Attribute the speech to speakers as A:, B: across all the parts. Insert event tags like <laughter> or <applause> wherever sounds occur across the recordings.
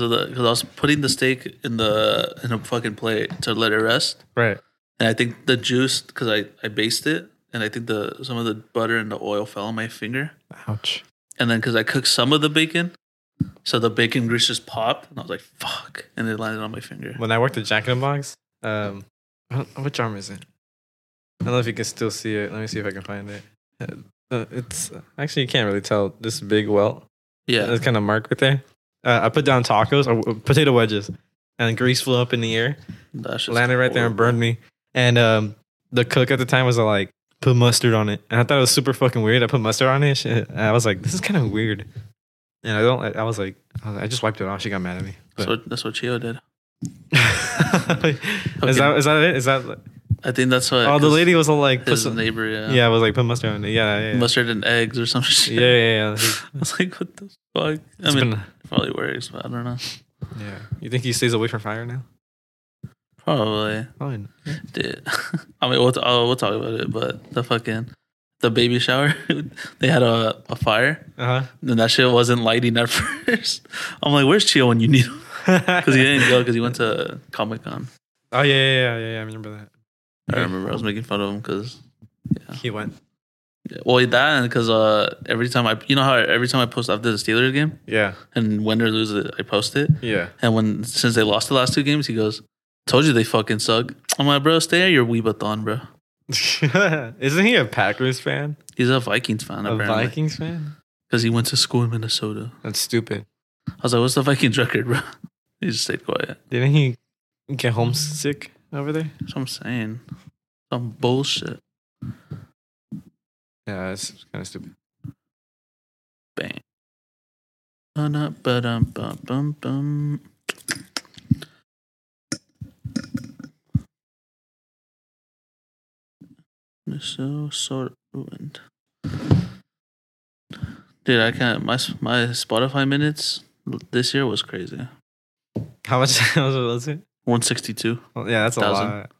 A: because I was putting the steak in the in a fucking plate to let it rest,
B: Right.
A: and I think the juice because I I basted it, and I think the some of the butter and the oil fell on my finger,
B: Ouch.
A: and then because I cooked some of the bacon, so the bacon grease just popped, and I was like fuck, and it landed on my finger.
B: When I worked at Jack in the Box, um, I don't- which arm is it? I don't know if you can still see it. Let me see if I can find it. Uh, uh, it's actually you can't really tell this big welt.
A: Yeah,
B: It's kind of mark right there. Uh, I put down tacos or w- potato wedges, and grease flew up in the air,
A: that's just
B: landed right there and
A: horrible.
B: burned me. And um, the cook at the time was uh, like, "Put mustard on it," and I thought it was super fucking weird. I put mustard on it. and shit. And I was like, "This is kind of weird," and I don't. I, I was like, I was- "I just wiped it off." She got mad at me.
A: That's what that's what Chio did.
B: is
A: Okay.
B: that is that it? Is that
A: I think that's what.
B: oh the lady was all like put
A: his
B: some,
A: neighbor, yeah,
B: yeah. was like put mustard on it yeah yeah yeah
A: mustard and eggs or some <laughs> shit.
B: yeah, yeah, yeah. <laughs>
A: I was like, what the fuck? I
B: It's
A: mean,
B: been-
A: it probably works, but I don't know.
B: yeah you think he stays away from fire now
A: Probably
B: Fine.
A: did. <laughs> I mean, we'll, t- oh, we'll talk about it, but the fucking the baby shower, <laughs> they had a, a fire,
B: uh <laughs>
A: and that shit wasn't lighting at <laughs> first. I'm like, where's Chio when you need him?
B: huh
A: Because he
B: <laughs>
A: didn't go because he went to Comic Con.
B: oh yeah yeah yeah yeah, yeah I remember that
A: I remember I was making fun of him because.
B: he went
A: Well, that and because uh, every time I, you know how every time I post after the Steelers game
B: yeah
A: and win or lose, it, I post it.
B: yeah
A: And when since they lost the last two games, he goes, "Told you they fucking suck." I'm like, "Bro, stay at your weebathon, bro."
B: <laughs> isn't he a Packers fan
A: He's a Vikings fan
B: a
A: apparently
B: Vikings fan
A: because he went to school in Minnesota.
B: that's stupid
A: I was like, "What's the Vikings record, bro?" <laughs> He just stayed quiet.
B: didn't he get homesick over there
A: That's what I'm saying. Some bullshit.
B: yeah that's kind of stupid
A: Bang. Dun-dun, ba-dum, bum, bum, bum. They're So sort of ruined. Dude, I can't. My my Spotify minutes this year was crazy.
B: how much <laughs> how much was it
A: One sixty two.
B: well, yeah that's a
A: Thousand.
B: lot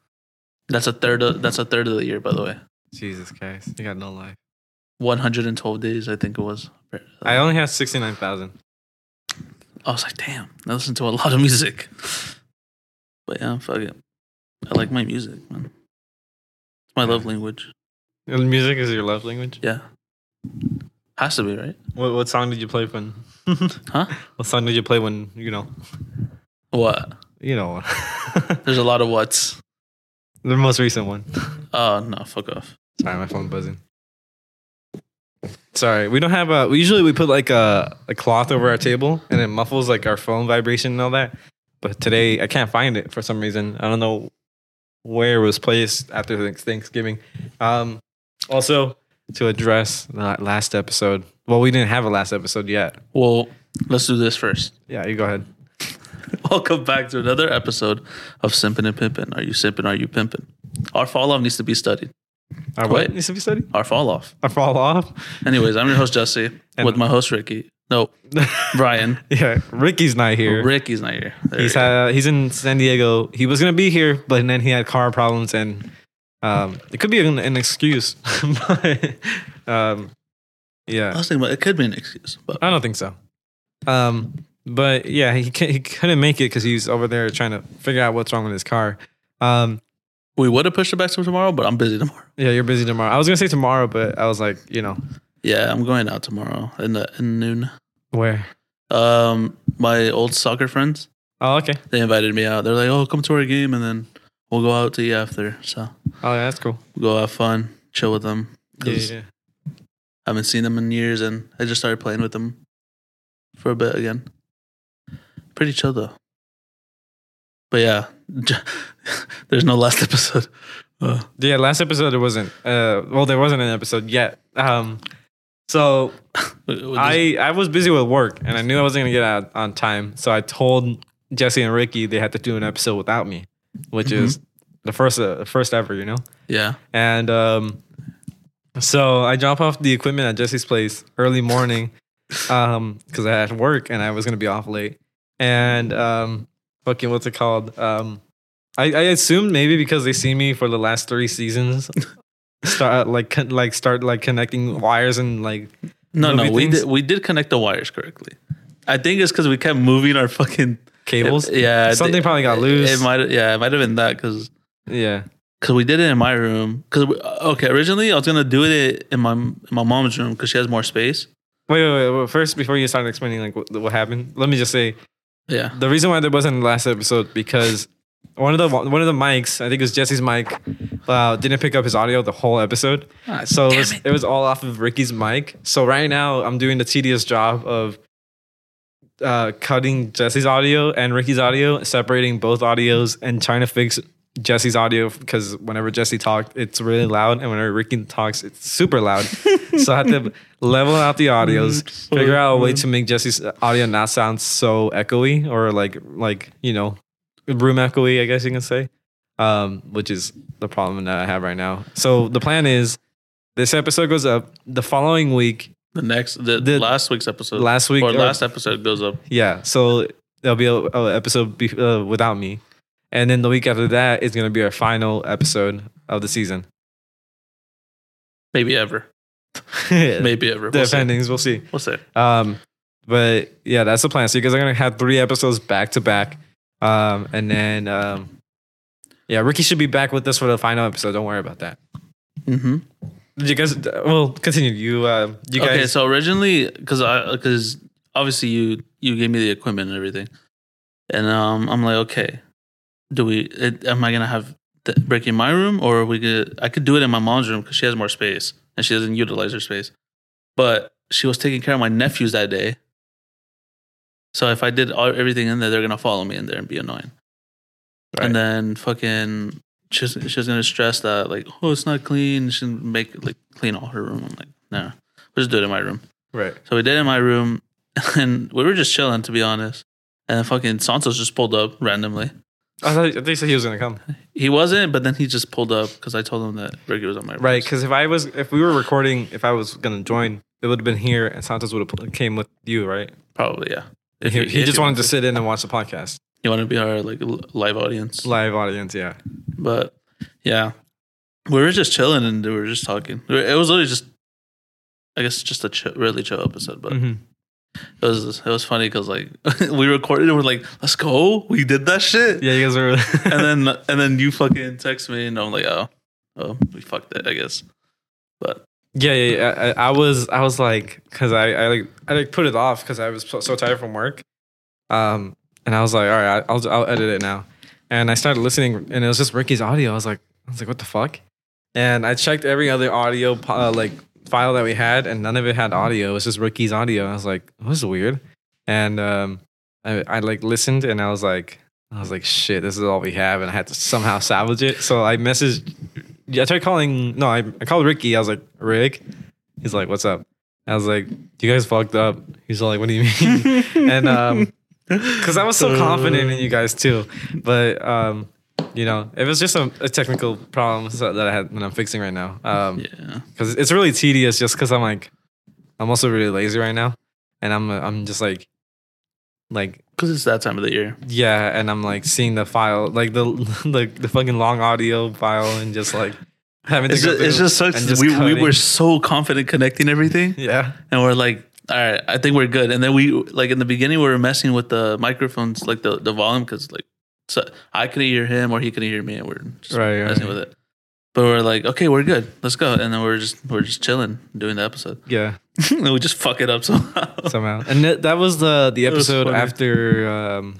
A: That's a third. Of, that's a third of the year, by the way.
B: Jesus Christ you got no life.
A: One hundred and twelve days, I think it was.
B: I only have 69,000.
A: I was like, damn, I listen to a <laughs> lot of music. But yeah, fuck it. I like my music, man. It's my love language.
B: And Music is your love language.
A: Yeah. Has to be, right?
B: What, what song did you play when? Mm-hmm.
A: Huh?
B: What song did you play when, you know,
A: What?
B: you know, <laughs>
A: There's a lot of what's.
B: the most recent one?
A: Oh, no, fuck off.
B: Sorry, my phone buzzing. Sorry, we don't have a. We usually we put like a, a cloth over our table and it muffles like our phone vibration and all that. But today I can't find it for some reason. I don't know where it was placed after thanks- Thanksgiving. Um, also, to address that last episode. Well, we didn't have a last episode yet.
A: Well, let's do this first. <laughs>
B: Yeah, you go ahead.
A: Welcome back to another episode of Simpin' and Pimpin'. Are you simpin'? Are you pimpin'? Our fall off needs to be studied.
B: Our
A: What?
B: what needs to be studied?
A: Our fall off.
B: I fall off. <laughs>
A: Anyways, I'm your host, Jesse,
B: And-
A: with my host, Ricky. No, Brian.
B: yeah, Ricky's not here.
A: Ricky's not here. There
B: he's
A: we go.
B: uh, he's in San Diego. He was gonna be here, but then he had car problems, and um, it could be an, an excuse. <laughs> but,
A: I
B: um, yeah,
A: was thinking about it could be an excuse, but
B: I don't think so. Um, but yeah, he can, he couldn't make it because he's over there trying to figure out what's wrong with his car. Um,
A: We would have pushed it back to tomorrow, but I'm busy tomorrow.
B: yeah, you're busy tomorrow. I was gonna say tomorrow, but I was like, you know,
A: Yeah, I'm going out tomorrow in the in noon.
B: where?
A: Um, my old soccer friends
B: Oh, okay.
A: they invited me out. They're like, "Oh, come to our game, and then we'll go out to eat after." So
B: Oh, yeah, that's cool.
A: we'll go have fun, chill with them. 'Cause
B: Yeah, yeah.
A: I haven't seen them in years, and I just started playing with them for a bit again. Pretty chill though. But yeah, <laughs> there's no last <laughs> episode. Uh,
B: Yeah, last episode there wasn't. Uh, well, there wasn't an episode yet. Um, so
A: we- we'll just-
B: I I was busy with work and I knew I wasn't gonna get out on time. So I told Jesse and Ricky they had to do an episode without me, which
A: Mm-hmm.
B: is the first uh, first ever, you know.
A: yeah,
B: And um, so I drop off the equipment at Jesse's place early morning <laughs> um because I had work and I was gonna be off late. And um, fucking what's it called? Um, I, I assumed maybe because they see me for the last three seasons. <laughs> Start uh, like con- like start like connecting wires and like
A: no, no,
B: movie
A: we
B: things?
A: did we did connect the wires correctly. I think it's because we kept moving our fucking
B: Cables.
A: yeah, I
B: Something
A: think-
B: probably got loose.
A: It might. Yeah, it might have been that because
B: yeah.
A: we did it in my room. Because okay, originally I was gonna do it in my in my mom's room because she has more space.
B: Wait, wait, wait. wait. First, before you start explaining like what, what happened, let me just say
A: Yeah,
B: the reason why there wasn't the last episode because one of the one of the mics, I think it was Jesse's mic, uh, didn't pick up his audio the whole episode.
A: Ah,
B: so it was,
A: damn
B: it was all off of Ricky's mic. So right now I'm doing the tedious job of uh, cutting Jesse's audio and Ricky's audio, separating both audios, and trying to fix Jesse's audio because whenever Jesse talked, it's really loud, and whenever Ricky talks, it's super loud. so I had to level out the audios, figure out a way
A: Mm-hmm.
B: to make Jesse's audio not sound so echoey or like like you know room echoey, I guess you can say, um, which is the problem that I have right now. So the plan is this episode goes up the following week.
A: the next the,
B: The-
A: last week's episode
B: Last week,
A: Uh, or
B: or-
A: last episode goes up.
B: yeah. So there'll be a, a episode be, uh, without me, and then the week after that is gonna be our final episode of the season. <laughs>
A: Maybe ever.
B: Maybe
A: Maybe ever. We'll see.
B: depending, we'll see.
A: We'll see.
B: Um, but yeah, that's the plan. So you guys are gonna have three episodes back to back, um, and then um, yeah, Ricky should be back with us for the final episode. Don't worry about that.
A: Mm-hmm.
B: Did you guys? Well, continue. You, uh, you guys.
A: okay, so originally, because I because obviously you you gave me the equipment and everything, and um I'm like, okay, do we? It, am I gonna have the break in my room or are we could I could do it in my mom's room because she has more space and she doesn't utilize her space, but she was taking care of my nephews that day. So if I did all, everything in there, they're gonna follow me in there and be annoying.
B: Right.
A: And then fucking, she's she's gonna stress that like, oh, it's not clean. She can make like clean all her room. I'm like, no, nah, we'll just do it in my room.
B: right.
A: So we did it in my room, <laughs> and we were just chilling to be honest. And then fucking Santos just pulled up randomly.
B: I thought, I thought you said he was gonna come.
A: He wasn't, but then he just pulled up because I told him that Ricky was on my room.
B: Right, because if I was, if we were recording, if I was gonna join, it would have been here, and Santos would have came with you, right?
A: probably yeah. If
B: he, he
A: if
B: just wanted to sit in and watch the podcast,
A: He wanted to be our like l- live audience,
B: live audience. Yeah,
A: but yeah, we were just chilling and we were just talking. We were- It was literally just, I guess, just a chill, really chill episode,
B: <laughs> Mm.
A: but. It was it was funny because like <laughs> we recorded and we're like, let's go. We did that shit.
B: yeah, you guys were.
A: And then and then you fucking text me and I'm like, oh, oh, we fucked it, I guess. But
B: yeah, yeah, yeah. I, I was, I was like, because I, I like, I like put it off because I was so, so tired from work, um, and I was like, all right, I'll, I'll edit it now, and I started listening, and it was just Ricky's audio. I was like, I was like, what the fuck? And I checked every other audio uh, like file that we had, and none of it had audio. It was just Ricky's audio. I was like, this is weird. And um, I, I like listened, and I was like, I was like, shit, this is all we have, and I had to somehow salvage it. So I messaged. yeah, I tried calling. No, I, I called Ricky. I was like, Rick. He's like, what's up? I was like, you guys fucked up. He's like, what do you
A: <laughs>
B: mean? and um, because I was so confident
A: Uh.
B: in you guys too, but um, you know, it was just a, a technical problem so- that I had that I'm fixing right now. Um,
A: yeah,
B: because it's really tedious just because I'm like, I'm also really lazy right now, and I'm I'm just like, like
A: because it's that time of the year.
B: yeah, and I'm like seeing the file, like the <laughs> the, the fucking long audio file, and just like having to
A: It's
B: go
A: just, it's
B: through
A: just such.
B: and just
A: we, we
B: cutting.
A: were so confident connecting everything,
B: yeah
A: and we're like, all right, I think we're good. And then we like in the beginning we were messing with the microphones, like the the volume, because like so I couldn't hear him or he couldn't hear me, and we're just
B: right, right.
A: messing with it. But we're like, okay, we're good. Let's go. And then we're just we're just chilling, doing the episode. <laughs>
B: yeah
A: and we just fuck it up somehow. <laughs>
B: somehow, and that, that was the the
A: It was
B: episode
A: funny.
B: after um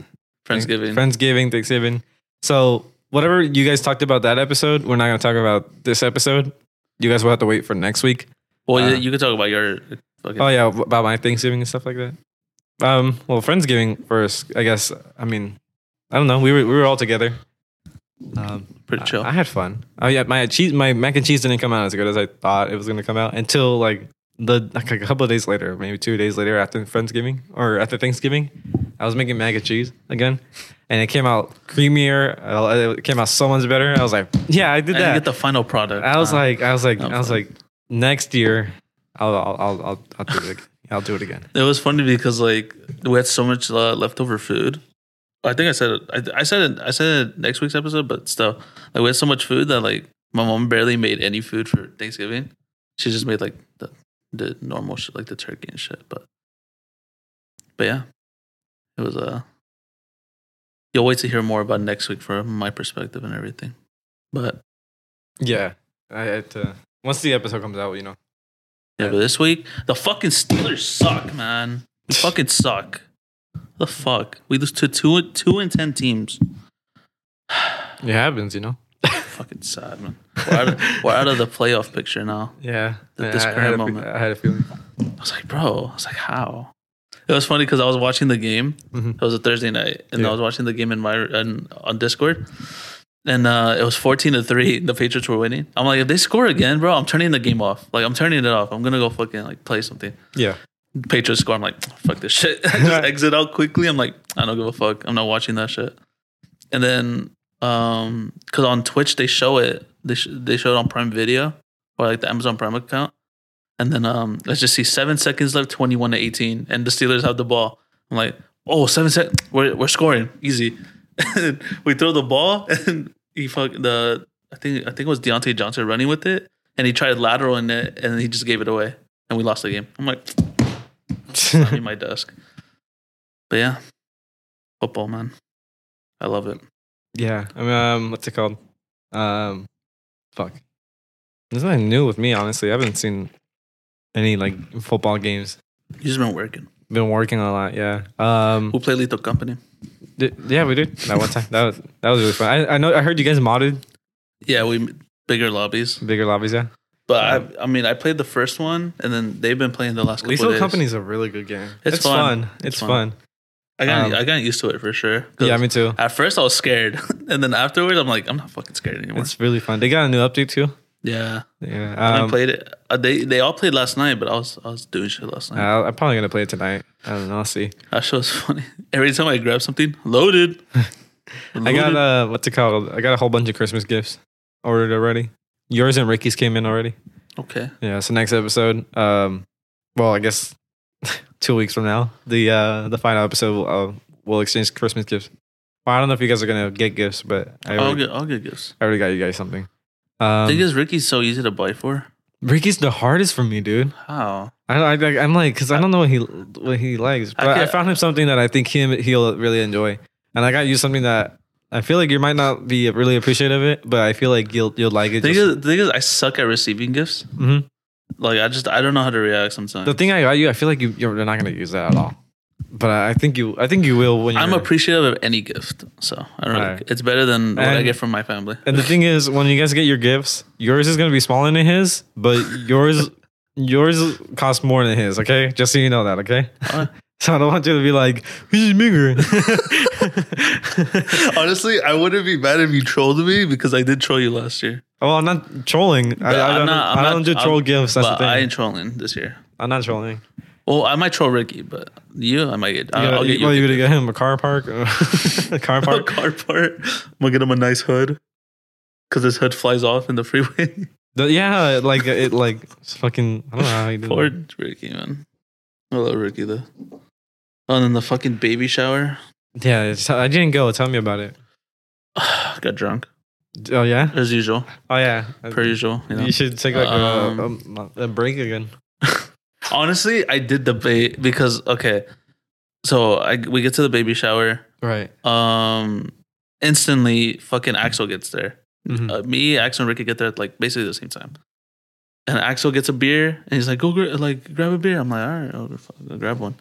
A: Friendsgiving.
B: Friendsgiving, Thanksgiving. So whatever you guys talked about that episode, we're not gonna talk about this episode. You guys will have to wait for next week.
A: well,
B: uh,
A: you, you could talk about your fucking
B: Oh yeah, about my Thanksgiving and stuff like that. Um, well, Friendsgiving first, I guess. I mean, I don't know. We were we were all together. Um,
A: pretty chill.
B: I, I had fun. Oh yeah, my cheese, my mac and cheese didn't come out as good as I thought it was gonna come out until like the like a couple of days later, maybe two days later after Friendsgiving or after Thanksgiving, I was making mac and cheese again, and it came out creamier. uh, It came out so much better. I was like, yeah, I did
A: I didn't
B: that.
A: get the final product.
B: I was
A: Uh,
B: like, I was like,
A: that
B: I
A: was
B: was like, next year, I'll, I'll, I'll, I'll, I'll do it. Again. <laughs> I'll do it again.
A: it was funny because like we had so much uh, leftover food. I think I said it. I, I said it. I said it next week's episode, but still, like we had so much food that like my mom barely made any food for Thanksgiving. She just made like the the normal shit, like the turkey and shit. But but yeah, It was uh You'll wait to hear more about next week from my perspective and everything. But
B: Yeah. I had to, once the episode comes out, you know.
A: yeah,
B: Yeah.
A: but this week the fucking Steelers suck, man. They
B: <sighs>
A: fucking suck. The fuck? We lose to two two and ten teams.
B: It happens, you know.
A: Fucking sad, man. We're out, of,
B: <laughs>
A: we're out of the playoff picture now.
B: Yeah.
A: At this
B: I, I
A: current
B: had a, fe-
A: moment.
B: I had a feeling.
A: I was like, bro. I was like, how? It was funny because I was watching the game.
B: Mhm.
A: It was a Thursday night, and
B: Yeah.
A: I was watching the game in my on, on Discord, and uh, it was fourteen to three. The Patriots were winning. I'm like, if they score again, bro, I'm turning the game off. Like, I'm turning it off. I'm gonna go fucking like play something.
B: <laughs> Yeah.
A: Patriots score. I'm like, "Oh, fuck this shit. <laughs> I just exit out quickly. I'm like, I don't give a fuck. I'm not watching that shit. And then, um, cause on Twitch they show it. They sh- they show it on Prime Video or like the Amazon Prime account. And then, um, let's just see seven seconds left, 21 to 18, and the Steelers have the ball. I'm like, oh, seven seconds. We're we're scoring easy. <laughs> we throw the ball, <laughs> and he fuck the. I think I think it was Deontay Johnson running with it, and he tried lateral in it, and he just gave it away, and we lost the game. I'm like, in my desk. But yeah, football, man. I love it.
B: yeah. I mean, um, what's it called? Um, fuck. There's nothing new with me, honestly. I haven't seen any like football games.
A: You just been working.
B: Been working a lot, yeah. Um,
A: Who played Lethal Company?
B: Did, yeah, we did that one time. That was that was really fun. I, I know I heard you guys modded
A: Yeah, we bigger lobbies.
B: bigger lobbies. Yeah,
A: But I, I mean, I played the first one, and then they've been playing the last couple of
B: Lethal
A: days.
B: Company's a really good game.
A: It's fun.
B: It's,
A: It's fun.
B: fun.
A: I got
B: um,
A: I got used to it for sure. 'Cause
B: Yeah, me too.
A: at first I was scared, <laughs> and then afterwards I'm like, I'm not fucking scared anymore.
B: It's really fun. They got a new update too.
A: yeah,
B: Yeah,
A: I
B: um,
A: played it. Uh, they they all played last night, but I was I was doing shit last night.
B: I'll, I'm probably gonna play it tonight. I don't know. I'll see.
A: that shit was <laughs> funny. Every time I grab something, loaded.
B: <laughs> I got
A: Loaded.
B: uh, what's it called? I got a whole bunch of Christmas gifts ordered already. Yours and Ricky's came in already.
A: okay.
B: Yeah. So next episode, um, well, I guess <laughs> two weeks from now, the uh, the final episode, will, uh, we'll exchange Christmas gifts. Well, I don't know if you guys are gonna get gifts, but I
A: I'll
B: already-
A: get I'll get gifts.
B: I already got you guys something.
A: I think
B: Um,
A: is Ricky's so easy to buy for.
B: Ricky's the hardest for me, dude.
A: How?
B: I, I like- I'm like, cause I don't know what he what he likes,
A: I
B: but I,
A: can't-
B: found him something that I think him he'll really enjoy, and I got you something that I feel like you might not be really appreciative of it, but I feel like you'll you'll like it.
A: The thing,
B: just-
A: is, the thing is, I suck at receiving gifts.
B: Mhm.
A: Like I just I don't know how to react sometimes.
B: The thing I got you, I feel like you you're not gonna use that at all, but I I think you I think you will when you're.
A: I'm appreciative of any gift, so I don't. Really,
B: Alright.
A: It's better than what I
B: And-
A: get from my family.
B: and the thing is, when you guys get your gifts, yours is gonna be smaller than his, but yours yours costs more than his. Okay, just so you know that. Okay.
A: Alright.
B: <laughs> So I don't want you to be like, he's bigger.
A: <laughs>
B: <laughs>
A: Honestly, I wouldn't be mad if you trolled me because I did troll you last year.
B: oh, I'm not trolling. I,
A: But
B: I
A: I'm
B: don't,
A: not- I'm
B: I don't
A: not-
B: do troll
A: I'm-
B: gifts. That's the
A: but
B: thing.
A: I
B: I,
A: ain't trolling this year.
B: am not trolling.
A: Well, I might troll Ricky, but you, I might get.
B: You
A: Uh, I'll,
B: gotta-
A: I'll get
B: well,
A: you
B: you gonna get him a car park, <laughs> a
A: <laughs>
B: car
A: a
B: park.
A: car part. I'm gonna get him a nice hood because his hood flies off in the freeway.
B: The- yeah, like it, like it's fucking. I don't know how he did.
A: Poor
B: it.
A: Ricky, man. I love Ricky though. Oh, And then the fucking baby shower. <sighs>
B: Yeah, it's, I didn't go. Tell me about it.
A: Got drunk
B: Oh yeah,
A: as usual,
B: oh yeah.
A: per usual. You
B: <laughs>
A: know?
B: You should take like
A: Um,
B: a, a, a break again.
A: Honestly, I did debate because okay, so I we get to the baby shower.
B: Right.
A: Um, instantly, fucking Axel gets there.
B: Mm-hmm.
A: Uh, me, Axel, and Ricky get there at like basically the same time. And Axel gets a beer, and he's like, "Go, gra- like, grab a beer." I'm like, "All right, I'll, go fuck- I'll grab one."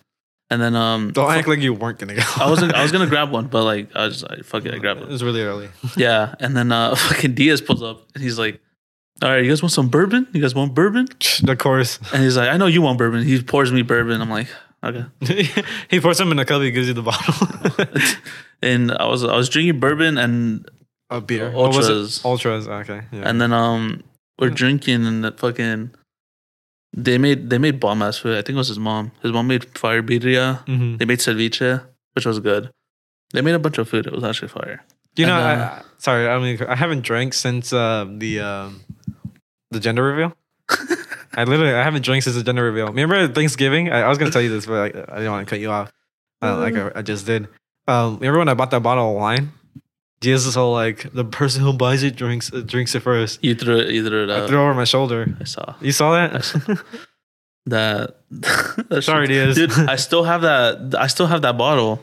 A: And then um,
B: Don't act like you weren't gonna go.
A: I was
B: <laughs>
A: I was gonna grab one, but like I was just like, "Fuck it, I grabbed
B: It
A: one."
B: was really early.
A: Yeah, and then uh, <laughs> fucking Diaz pulls up and he's like, "All right, you guys want some bourbon? You guys want
B: <laughs>
A: bourbon?"
B: Of course.
A: And he's like, "I know you want bourbon." He pours me bourbon. I'm like, "Okay."
B: he pours some in a cup. He gives you the bottle.
A: And I was I was drinking bourbon and
B: a beer.
A: ultras,
B: Ultras. Okay. Yeah.
A: and then um we're drinking and the fucking they made they made bomb ass food. I think it was his mom. His mom made fire birria.
B: Mhm.
A: They made ceviche, which was good. They made a bunch of food. It was actually fire.
B: you know,
A: and,
B: I-
A: uh,
B: I, sorry. I mean, I haven't drank since uh, the um, the gender reveal.
A: <laughs>
B: I literally I haven't drank since the gender reveal. Remember Thanksgiving? I, I was gonna tell you this, but like, I didn't want to cut you off. Uh, like I, I just did. Um, remember when I bought that bottle of wine? Jesus is all like the person who buys it drinks uh, drinks it first.
A: You threw it. You threw it
B: I
A: out.
B: threw it over my shoulder.
A: I saw.
B: You saw
A: Uh, I
B: that?
A: <laughs> that, that
B: Sorry,
A: shit.
B: it is.
A: dude i still have that i still have that bottle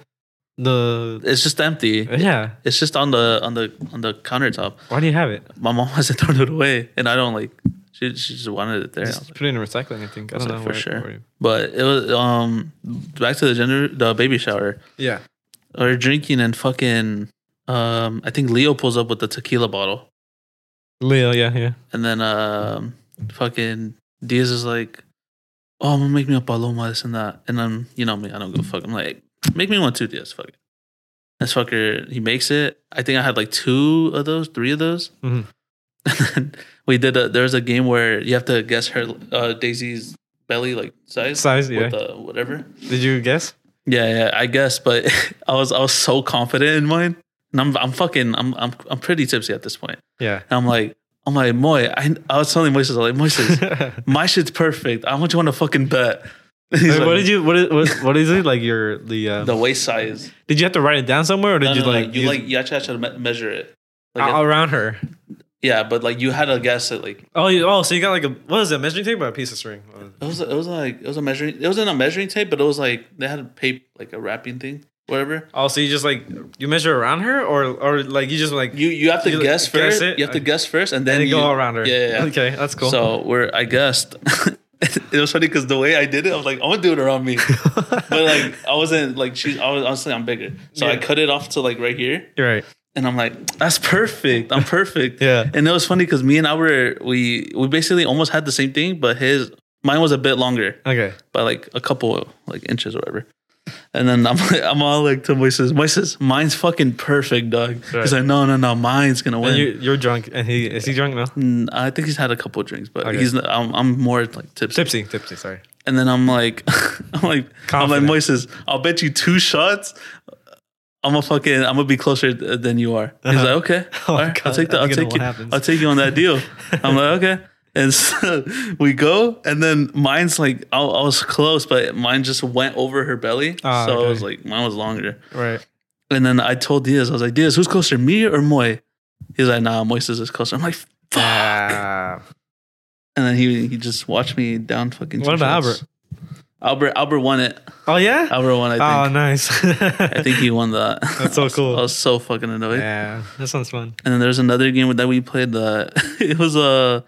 B: the
A: It's just empty.
B: yeah.
A: It's just on the on the on the countertop.
B: Why do you have it?
A: My mom <laughs> hasn't thrown it away, and I don't like. She she just wanted it there. I was
B: Just
A: like,
B: put it in recycling. I think I
A: That's
B: don't
A: it
B: know
A: for
B: where-
A: sure.
B: where-
A: But it was um back to the gender the baby shower.
B: yeah.
A: We We're drinking and fucking. Um, I think Leo pulls up with the tequila bottle,
B: Leo. Yeah. Yeah.
A: and then um, fucking Diaz is like, "Oh, I'm gonna make me a paloma, this and that." And then you know me, I don't go fuck. I'm like, "Make me one too, Diaz." Fuck it. This fucker, he makes it. I think I had like two of those, three of those. <laughs>
B: Mhm.
A: And then we did a there was a game where you have to guess her uh, Daisy's belly like size,
B: Size. Yeah.
A: with uh, whatever.
B: Did you guess?
A: Yeah, yeah, I guess, but <laughs> I was I was so confident in mine, and I'm I'm fucking I'm I'm I'm pretty tipsy at this point.
B: Yeah.
A: And I'm like, I'm like Moy. I, I was telling Moises, I'm like
B: <laughs>
A: Moises, my shit's perfect. I want you want to fucking bet. <laughs>
B: Wait, what did you? What is? What, what is it? Like your the? Uh,
A: The waist size.
B: did you have to write it down somewhere, or did
A: No,
B: you
A: no, no,
B: like Uh,
A: you like you actually had to me- measure it. Like,
B: a- around her?
A: yeah, but like you had to guess it. Like
B: Oh, you, oh, so you got like a what is it? Measuring tape or a piece of string? Oh,
A: it was it was like it was a measuring. It wasn't a measuring tape, but it was like they had a paper like a wrapping thing, whatever.
B: Oh, so you just like you measure around her, or or like you just like
A: You you have to
B: You, like,
A: guess first.
B: guess it?
A: You have to
B: Okay.
A: guess first, and then
B: and you
A: you,
B: go around her.
A: Yeah, yeah, yeah.
B: Okay, that's cool.
A: So where I guessed, <laughs> it was funny because the way I did it, I was like, I'm gonna do it around
B: <laughs>
A: me, but like I wasn't like she. I was honestly I'm bigger, so I
B: Yeah.
A: cut it off to like right here,
B: You're right.
A: and I'm like, that's perfect. I'm perfect.
B: <laughs> Yeah.
A: And it was funny because me and I were we we basically almost had the same thing, but his mine was a bit longer
B: Okay.
A: by like a couple like inches or whatever. And then I'm like, I'm all like to Moises, Moises, mine's fucking perfect, dog.
B: Right.
A: He's like, no, no, no, mine's gonna win.
B: And you, you're drunk, and he is he drunk now?
A: Mm, I think he's had a couple drinks, but
B: Okay.
A: he's. I'm, I'm more like tipsy.
B: Tipsy, tipsy. Sorry.
A: And then I'm like, <laughs> I'm like, I'm like
B: Confident.
A: Moises. I'll bet you two shots. I'm a fucking. I'm gonna be closer th- than you are. He's
B: Uh-huh.
A: like, okay,
B: <laughs> Oh
A: all
B: my
A: right,
B: God,
A: I'll take that.
B: I
A: I'll
B: think I know
A: take
B: what
A: you.
B: happens.
A: I'll take you on that
B: <laughs>
A: deal. I'm like, okay. And <laughs> so we go, and then mine's like, I, I was close, but mine just went over her belly.
B: Ah,
A: so I
B: okay.
A: was like, mine was longer.
B: Right.
A: And then I told Diaz, I was like, Diaz, who's closer, me or Moy? He's like, nah, Moises is closer. I'm like, fuck. <laughs>
B: Ah.
A: And then he he just watched me down fucking.
B: What
A: two
B: about
A: shots. Albert? Albert won it.
B: oh yeah.
A: Albert won. I think.
B: oh nice.
A: I think he won that.
B: <laughs>
A: <laughs>
B: That's so cool.
A: I was so fucking annoyed.
B: yeah, that sounds fun.
A: And then there's another game that we played. That <laughs> it was uh,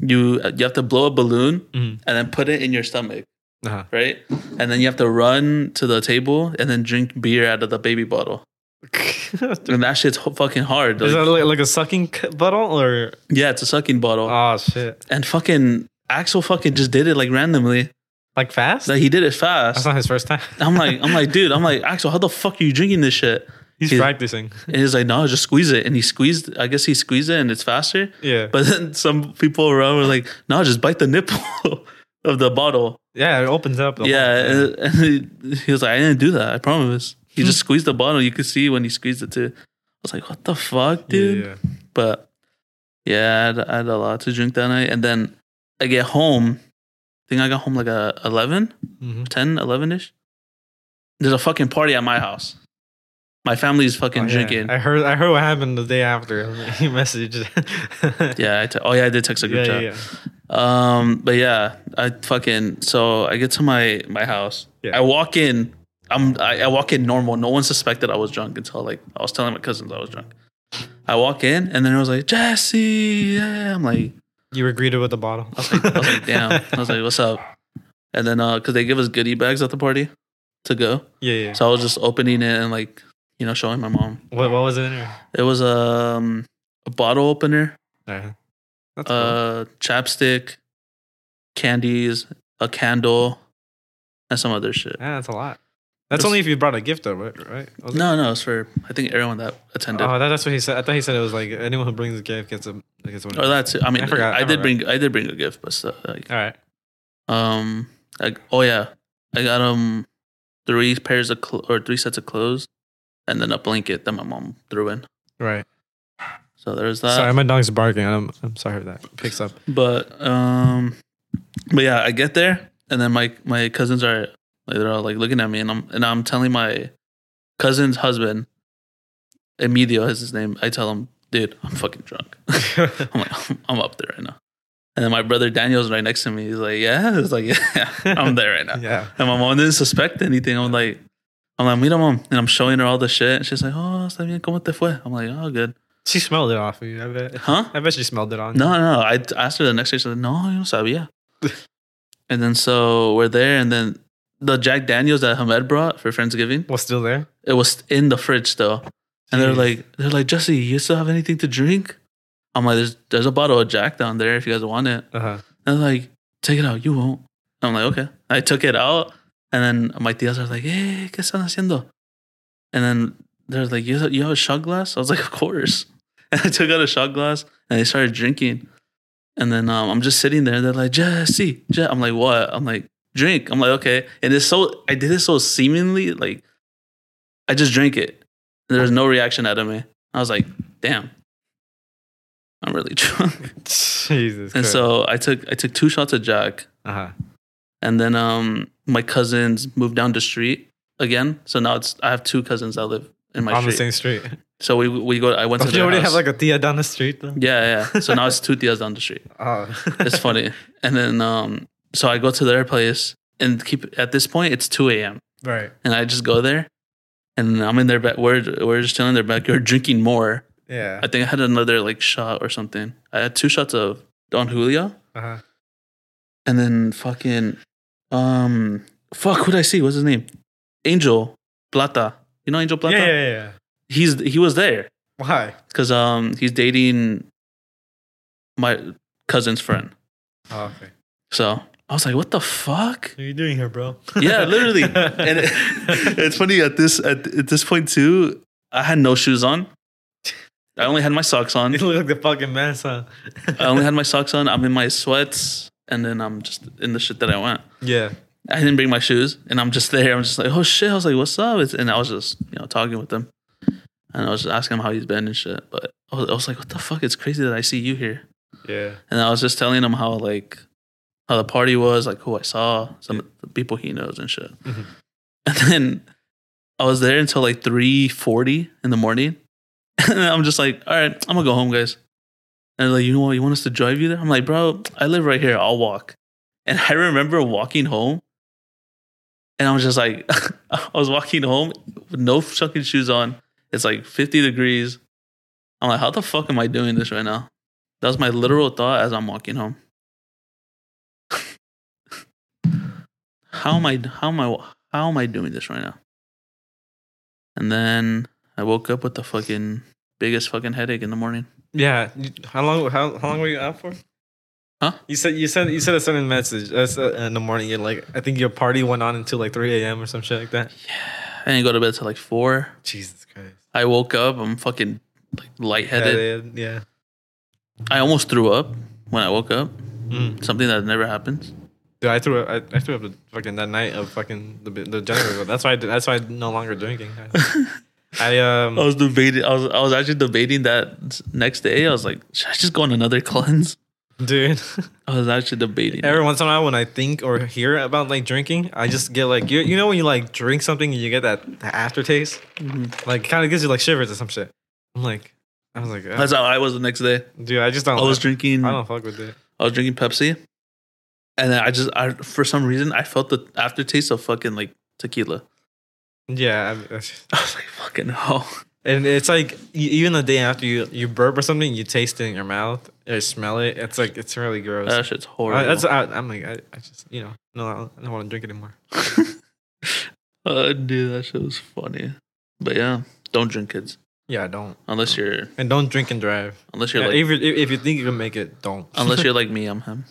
A: you you have to blow a balloon
B: Mhm.
A: and then put it in your stomach,
B: Uh-huh.
A: right? And then you have to run to the table and then drink beer out of the baby bottle.
B: Uh-huh.
A: <laughs> And that shit's ho- fucking hard.
B: is
A: like-
B: that like, like a sucking c- bottle or?
A: yeah, it's a sucking bottle.
B: Oh shit!
A: and fucking Axel fucking just did it like randomly.
B: Like fast?
A: Like he did it
B: That's
A: fast.
B: not
A: <laughs>
B: his first time.
A: I'm like, I'm like, dude, I'm like, Axel, how the fuck are you drinking this shit?
B: he's
A: he-
B: practicing.
A: And he's like, no, just squeeze it. And he squeezed. I guess he squeezed it, and it's faster.
B: Yeah.
A: <laughs> But then some people around were like, no, just bite the nipple <laughs> of the bottle.
B: Yeah, it opens up. the whole- Hmm.
A: yeah. uh, And, <laughs> and he, he was like, I didn't do that. I promise. He just squeezed the bottle. You could see when he squeezed it too. I was like, what the fuck, dude?
B: Yeah.
A: But yeah, I had, I had a lot to drink that night. And then I get home. I think I got home like uh, a 11,
B: Mhm.
A: 10, 11 ish. There's a fucking party at my house. My family's fucking
B: Oh, yeah.
A: drinking.
B: I heard. I heard what happened the day after. <laughs> He messaged. <laughs>
A: Yeah. I te- oh, yeah. I did text a group
B: yeah,
A: chat.
B: yeah, yeah.
A: Um, but yeah, I fucking so I get to my my house.
B: Yeah.
A: I walk in. I'm I, I walk in normal. No one suspected I was drunk until like I was telling my cousins I was drunk. I walk in and then I was like Jesse. Yeah, I'm like
B: You were greeted with a bottle.
A: I was like, I was like damn. I was like what's up? And then uh, cause they give us goodie bags at the party to go.
B: <laughs> yeah, yeah.
A: So I was just opening it and like you know showing my mom.
B: what, what was it in there?
A: It was um a bottle opener,
B: Uh, that's cool.
A: uh chapstick, candies, a candle, and some other shit.
B: Yeah, that's a lot. That's
A: this-
B: only if you brought a gift, though, right? Right? Was it-
A: No, no, it's for I think everyone that attended.
B: Oh, that, that's what he said. I thought he said it was like anyone who brings a gift gets a gets one.
A: or Oh, that's I mean
B: I
A: I,
B: forgot, I
A: did
B: forgot.
A: bring I did bring a gift, but stuff like
B: All right.
A: um like oh yeah. I got um three pairs of cl- or three sets of clothes and then a blanket that my mom threw in.
B: Right.
A: So there's that.
B: sorry, my dog's barking. I'm I'm sorry if that
A: <laughs>
B: picks up. <laughs>
A: But um but yeah, I get there and then my my cousins are like they're all like looking at me and I'm and I'm telling my cousin's husband, Emilio is his name, I tell him, dude, I'm fucking drunk. <laughs> I'm like, I'm up there right now. And then my brother Daniel's right next to <laughs> me. He's like, yeah. It's like, yeah, I'm there right now.
B: yeah.
A: And my mom didn't suspect anything. I'm like, I'm like, mira, mom. And I'm showing her all the shit. And she's like, oh, está bien, ¿cómo te fue? I'm like, oh, good.
B: She smelled it off of you. I bet.
A: Huh?
B: I bet she smelled it on. you.
A: No, no. I t- asked her the next day. She said, no, yo no sabía. and then so we're there. And then the Jack Daniels that Hamed brought for Friendsgiving,
B: Was still there.
A: it was in the fridge still. And they're
B: Jeez.
A: like, they're like, Jesse, you still have anything to drink? I'm like, there's, there's a bottle of Jack down there if you guys want it.
B: Uh huh.
A: And they're like, take it out. You won't. I'm like, okay. I took it out. And then my tias are like, hey, ¿qué están haciendo? And then they're like, you have, you have a shot glass? I was like, of course. <laughs> And I took out a shot glass and they started drinking. And then um, I'm just sitting there. They're like, Jesse, Je-. I'm like, what? I'm like, drink. I'm like, okay. And it's so, I did it so seemingly, like, I just drank it. And there's no reaction out of me. I was like, damn, I'm really <laughs> drunk.
B: <laughs> Jesus.
A: And so I took I took two shots of Jack,
B: Uh huh.
A: and then um my cousins moved down the street again. So now it's I have two cousins that live in my
B: On the
A: street.
B: same street.
A: So we we go. I went
B: Don't
A: to
B: you
A: their
B: already
A: house.
B: have like a tia down the street though?
A: yeah, yeah. So now it's two tias down the street.
B: Oh.
A: <laughs>
B: <laughs>
A: It's funny. and then um so I go to their place and keep at this point it's two a.m.
B: right.
A: and I just go there. And I'm in their back. We're we're just chilling in their backyard, drinking more.
B: Yeah.
A: I think I had another like shot or something. I had two shots of Don Julio,
B: Uh huh.
A: And then fucking um fuck who'd I see? What's his name? Angel Plata. You know Angel
B: Yeah,
A: Plata?
B: yeah, yeah, yeah.
A: He's he was there.
B: Why?
A: Cause um he's dating my cousin's friend.
B: Oh, okay.
A: So I was like, what the fuck?
B: What are you doing here, bro?
A: Yeah,
B: <laughs>
A: literally. and it- it's funny at this at, at this point too, I had no shoes on. I only had my socks on.
B: you look like the fucking mess, huh?
A: I only had my socks on. I'm in my sweats and then I'm just in the shit that I went.
B: <laughs> yeah.
A: I didn't bring my shoes, and I'm just there. I'm just like, oh shit! I was like, what's up? It's, and I was just, you know, talking with him, and I was just asking him how he's been and shit. But I was, I was like, what the fuck? It's crazy that I see you here.
B: Yeah.
A: And I was just telling him how like how the party was, like who I saw, some of the people he knows and shit.
B: Mhm.
A: <laughs> And then I was there until like three forty in the morning, <laughs> and I'm just like, all right, I'm gonna go home, guys. And they're like, you know what? You want us to drive you there? I'm like, bro, I live right here. I'll walk. And I remember walking home, and I was just like, <laughs> I was walking home with no fucking shoes on. It's like 50 degrees. I'm like, how the fuck am I doing this right now? That was my literal thought as I'm walking home. how am I? How am I? How am I doing this right now? And then I woke up with the fucking biggest fucking headache in the morning.
B: Yeah. You- How long? How, how long were you out for?
A: Huh?
B: You said you said you said a certain message That's, uh, in the morning. You're like, I think your party went on until like 3 a.m. or some shit like that.
A: I didn't go to bed till like four.
B: Jesus Christ.
A: I woke up. I'm fucking like
B: Yeah.
A: lightheaded.
B: yeah, yeah.
A: I almost threw up when I woke up.
B: Mm.
A: Something that never happens.
B: Dude, I threw up. I, I threw up the fucking that night of fucking the the January. That's why. I, did- that's why I'm no longer drinking. I, I um.
A: I was debating. I was. I was actually debating that s- next day. I was like, should I just go on another <laughs> cleanse?
B: Dude, <laughs>
A: I was actually debating. it.
B: every once in a while when I think or hear about like drinking, I just get like you, you know when you like drink something and you get that, that aftertaste, like kind of gives you like shivers or some shit. I'm like, I was like, uh,
A: That's how I was the next day.
B: dude, I just don't.
A: I was drinking.
B: I
A: I,
B: don't fuck with it.
A: was drinking Pepsi, and then I just, I for some reason, I felt the aftertaste of fucking like tequila.
B: Yeah, <laughs> I- that's-
A: I was like, fucking hell.
B: and it's like e- even the day after you you burp or something, you taste it in your mouth or smell it. It's like it's really gross.
A: That shit's horrible.
B: I, that's I, I'm like I, I just you know no I don't, I don't want to drink anymore.
A: Uh, dude, that shit was funny. But yeah, don't drink kids
B: Yeah, I don't
A: unless you're
B: and don't drink and drive.
A: unless you're
B: Oh. Yeah,
A: like
B: if, you, if if you think you can make it, don't. <laughs>
A: unless you're like me. I'm him.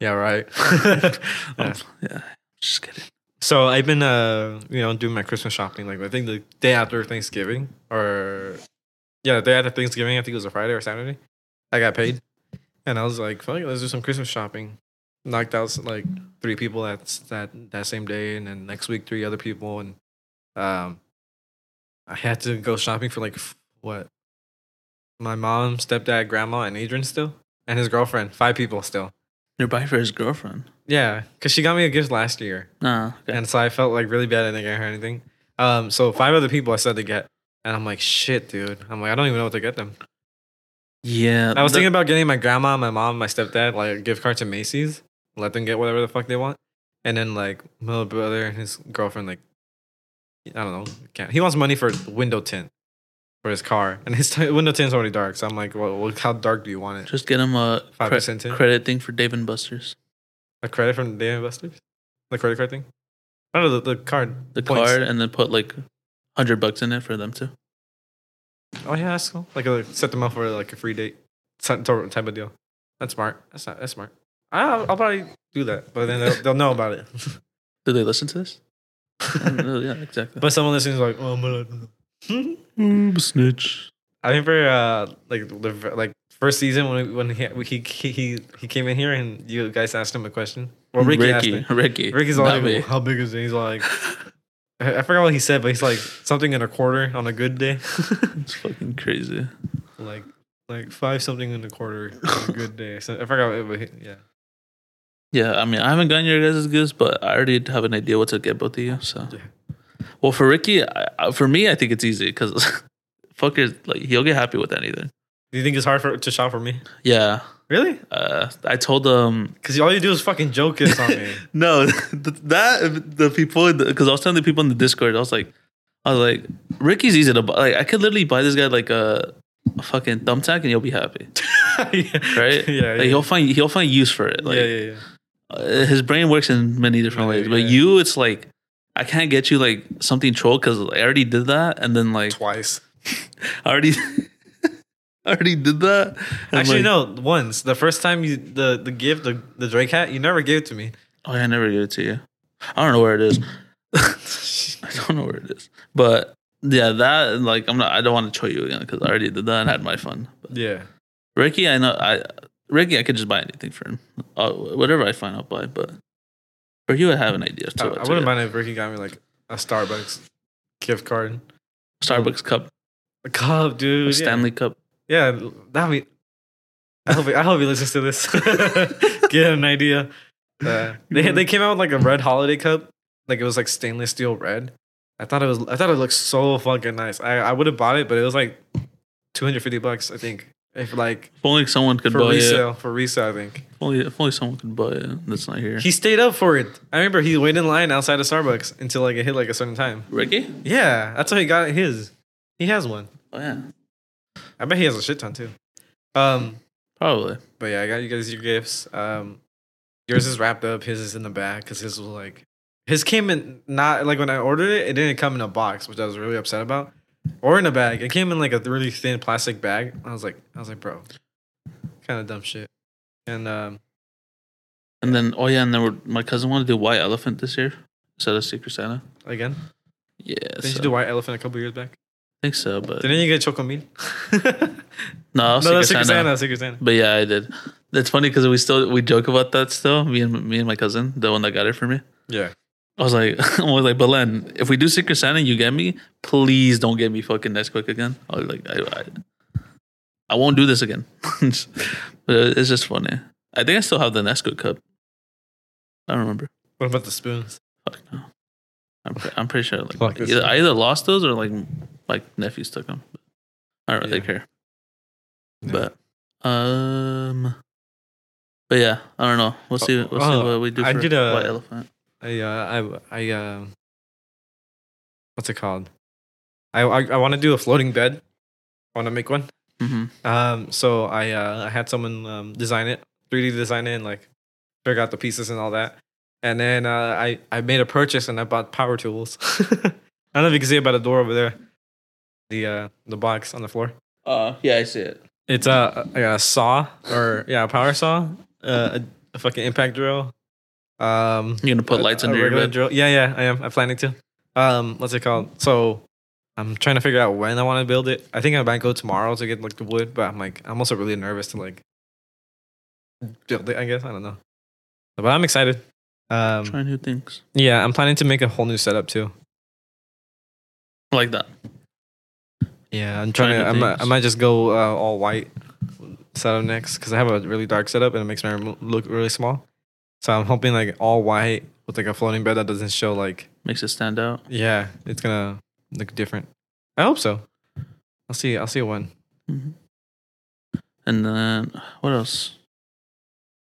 B: yeah, right.
A: I'm-
B: <laughs>
A: <laughs>
B: Yeah.
A: yeah, just kidding.
B: So I've been uh you know doing my Christmas shopping like I think the day after Thanksgiving or yeah the day after Thanksgiving I think it was a Friday or Saturday I got paid and I was like fuck it, let's do some Christmas shopping knocked out like three people that that that same day and then next week three other people and um I had to go shopping for like f- what my mom stepdad grandma and Adrian still and his girlfriend five people still
A: You're by for his girlfriend.
B: yeah because she got me a gift last year
A: Nah, okay.
B: and so I felt like really bad. I didn't get her anything. Um, so five other people I said to get, and I'm like, shit, dude. I'm like, I don't even know what to get them.
A: yeah.
B: I was
A: the-
B: thinking about getting my grandma, my mom, my stepdad like a gift card to Macy's, let them get whatever the fuck they want, and then like my little brother and his girlfriend like I don't know. Can't. He wants money for window tint for his car, and his t- window tint's already dark. So I'm like, well, well, how dark do you want it?
A: Just get him a cre-
B: 5% in?
A: credit thing for Dave and Buster's.
B: A credit from the investors, the credit card thing. I don't know the, the card.
A: The
B: points.
A: card and then put like 100 bucks in it for them too.
B: Oh yeah, that's cool. Like a, set them up for like a free date, type type of deal. That's smart. That's not. That's smart. I'll, I'll probably do that, but then they'll, they'll know about it.
A: Do they listen to
B: <laughs>
A: this? No, yeah, exactly.
B: But someone listening is like, oh, I'm gonna. <laughs>
A: Mm. snitch.
B: I remember uh, like the v- like first season when when he he he he, he came in here and you guys asked him a question. Well, Ricky, asked
A: Ricky,
B: him.
A: Ricky.
B: Ricky's all
A: not
B: like,
A: me.
B: how big is it? He's like, <laughs> I I forgot what he said, but he's like something in a quarter on a good day,
A: <laughs> It's fucking crazy.
B: like like five something in a quarter on a good day. So I forgot, what, but he- yeah.
A: Yeah, I mean, I haven't gotten your guys' gifts, but I already have an idea what to get both of you. So,
B: Yeah.
A: well, for Ricky, I, I- for me, I think it's easy because <laughs> fuckers, like, he'll get happy with anything.
B: Do you think it's hard for to shop for me?
A: Yeah.
B: Really?
A: Uh, I told them,
B: Because all you do is fucking joke kiss on <laughs> me.
A: no, <laughs> that, the people, because I was telling the people in the Discord, I was like, I was like, Ricky's easy to buy. Like, I could literally buy this guy like a, a fucking thumbtack and he'll be happy,
B: yeah.
A: right?
B: <laughs> Yeah.
A: Like,
B: yeah.
A: he'll find he'll find use for it. Like,
B: yeah. Yeah. Yeah.
A: uh, his brain works in many different
B: Yeah,
A: ways. But
B: yeah.
A: you, it's like I can't get you like something troll because I already did that, and then like
B: Twice.
A: I already, <laughs> I already did that. and,
B: Actually,
A: like,
B: no. Once the first time you the the gift the the Drake hat you never gave it to me.
A: Oh, yeah, I never gave it to you. I don't know where it
B: <laughs>
A: is. I don't know where it is. But yeah, that and, like I'm not. I don't want to troll you again because I already did that and had my fun. But
B: Yeah.
A: Ricky, I know. I Ricky, I could just buy anything for him. Uh, whatever I find, I'll buy. But for you, I have an idea.
B: I,
A: To,
B: I
A: what to
B: wouldn't
A: get.
B: mind if Ricky got me like a Starbucks gift card,
A: Starbucks cup,
B: a cup, dude.
A: Stanley cup.
B: Yeah, yeah that be. I hope I hope he listens to this. <laughs> Get an idea. Uh, they they came out with like a red holiday cup, like it was like stainless steel red. I thought it was I thought it looked so fucking nice. I I would have bought it, but it was like two hundred fifty bucks I think. If like
A: If only someone could
B: for
A: buy it.
B: resale for resale, I think.
A: If only, if only someone could buy it that's not here.
B: He stayed up for it. I remember he waited in line outside of Starbucks until like it hit like a certain time.
A: Ricky?
B: Yeah, that's how he got his. He has one.
A: Oh, yeah.
B: I bet he has a shit ton too. Um,
A: Probably.
B: but yeah, I got you guys your gifts. Um, yours is wrapped up. His is in the back because his was like his came in not like when I ordered it. It didn't come in a box, which I was really upset about, or in a bag. It came in like a really thin plastic bag. I was like, I was like, bro, kind of dumb shit. And um,
A: And then, oh, yeah, and then we're, my cousin wanted to do White Elephant this year instead of Secret Santa.
B: again,
A: Yeah,
B: didn't
A: so-
B: you do white elephant a couple years back?
A: I think so, but
B: Didn't you get <laughs> chocomil?
A: no,
B: no,
A: Secret,
B: that's
A: Santa.
B: Secret Santa. Secret Santa.
A: But yeah, I did. That's funny because we still we joke about that still. Me and me and my cousin, the one that got it for me.
B: Yeah.
A: I was like, <laughs> I was like, Belen, if we do Secret Santa, and you get me. Please don't get me fucking Nesquik again. I was like, I, I, I won't do this again. <laughs> but it's just funny. I think I still have the Nesquik cup. I don't remember.
B: What about the spoons?
A: Fuck no. I'm, pre- I'm pretty sure. Like,
B: Fuck this
A: either,
B: guy.
A: I either lost those or like like nephews took them. I don't really
B: Yeah.
A: care.
B: Yeah.
A: But um, but yeah, I don't know. We'll see. We'll see
B: Oh,
A: what we do
B: I
A: for
B: did a-
A: white elephant.
B: I uh, I I uh, what's it called? I I, I want to do a floating bed. I want to make one.
A: hmm
B: Um, so I uh, I had someone um, design it, 3D design it, and like figure out the pieces and all that. And then uh, I I made a purchase and I bought power tools. <laughs> I don't know if you can see it by the door over there, the uh, the box on the floor.
A: Uh, yeah, I see it.
B: It's a, a, a saw or yeah, a power saw, uh, a, a fucking impact drill. Um,
A: You're gonna put
B: a-
A: lights
B: a
A: under your
B: regular
A: bed.
B: drill. Yeah, yeah, I am. I'm planning to. Um, what's it called? So I'm trying to figure out when I want to build it. I think I might go tomorrow to get like the wood, but I'm like I'm also really nervous to like build it. I guess I don't know, but I'm excited. Um,
A: Try new things
B: yeah, I'm planning to make a whole new setup too.
A: like that.
B: Yeah, I'm
A: Try
B: trying. to,
A: new
B: I might, I
A: things.
B: might just go uh, all white setup next because I have a really dark setup and it makes my room look really small. So I'm hoping like all white with like a floating bed that doesn't show like
A: Makes it stand out.
B: Yeah, it's gonna look different. I hope so. I'll see. I'll see one.
A: hmm And then what else?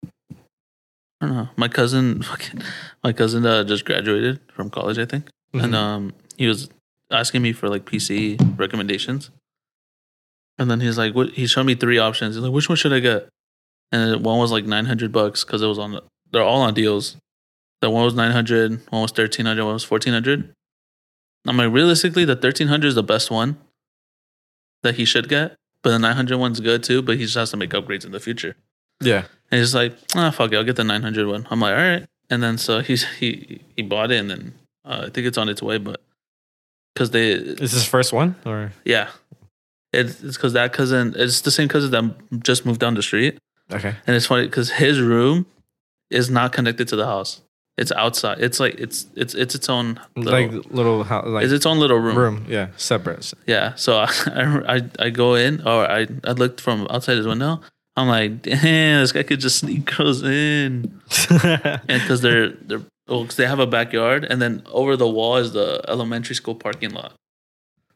A: <laughs>
B: Mm-hmm.
A: I don't know. My cousin, fucking, my cousin uh, just graduated from college, I think. and um he was asking me for like PC recommendations, and then he's like, "What?" He showed me three options. He's like, "Which one should I get?" And one was like nine hundred bucks because it was on. They're all on deals. That one was nine hundred, one was thirteen hundred, one was fourteen hundred. I'm like, realistically, the thirteen hundred is the best one that he should get, but the nine hundred one's good too. But he just has to make upgrades in the future.
B: Mm-hmm. Yeah.
A: And he's like, ah, fuck it, I'll get the 900 one. I'm like, all right. And then so he's <laughs> he he bought it, and then uh, I think it's on its way, but because they,
B: Is this first one or?
A: yeah, it's because that cousin, it's the same cousin that just moved down the street,
B: Okay.
A: and it's funny because his room is not connected to the house. It's outside. It's like it's it's it's its own little,
B: like little house, like
A: it's its own little room.
B: room. Yeah. Separate. <laughs>
A: Yeah. So I, I, I go in, or I, I looked from outside his window. I'm like, damn, this guy could just sneak girls in. <laughs> and because they're they're well, 'cause they have a backyard, and then over the wall is the elementary school parking lot.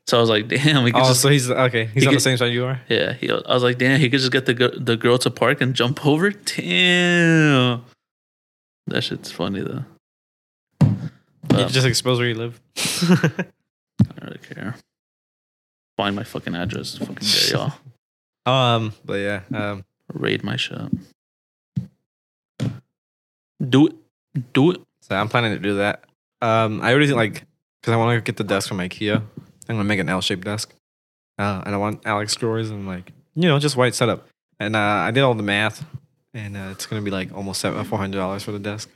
A: So I was like, damn, we could
B: oh,
A: just
B: so he's okay. He's
A: he
B: on
A: could-
B: the same side you are.
A: yeah. He, I was like, damn, he could just get the gir- the girl to park and jump over. Damn, that shit's funny though.
B: you
A: But
B: just expose where you
A: <laughs>
B: live.
A: I don't really care. Find my fucking address, fucking dare y'all.
B: um, but yeah. Um,
A: Raid my shop. Do it, do it.
B: so I'm planning to do that. Um, I already like because I want to get the desk from IKEA. I'm gonna make an L-shaped desk. Uh, and I want Alex drawers and like you know just white setup. And uh, I did all the math, and uh, it's gonna be like almost seven four hundred dollars for the desk.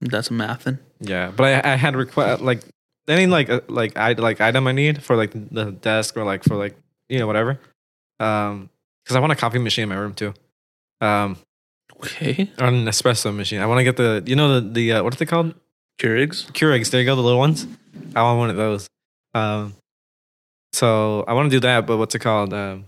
A: That's mathin.
B: Yeah, but I I had request like any like uh, like I like item I need for like the desk or like for like you know whatever. Um, because I want a coffee machine in my room too. Um,
A: Okay,
B: or an espresso machine. I want to get the you know the the uh, what are they called?
A: Keurigs.
B: Keurigs. There you go, the little ones. I want one of those. Um, so I want to do that, but what's it called? Um,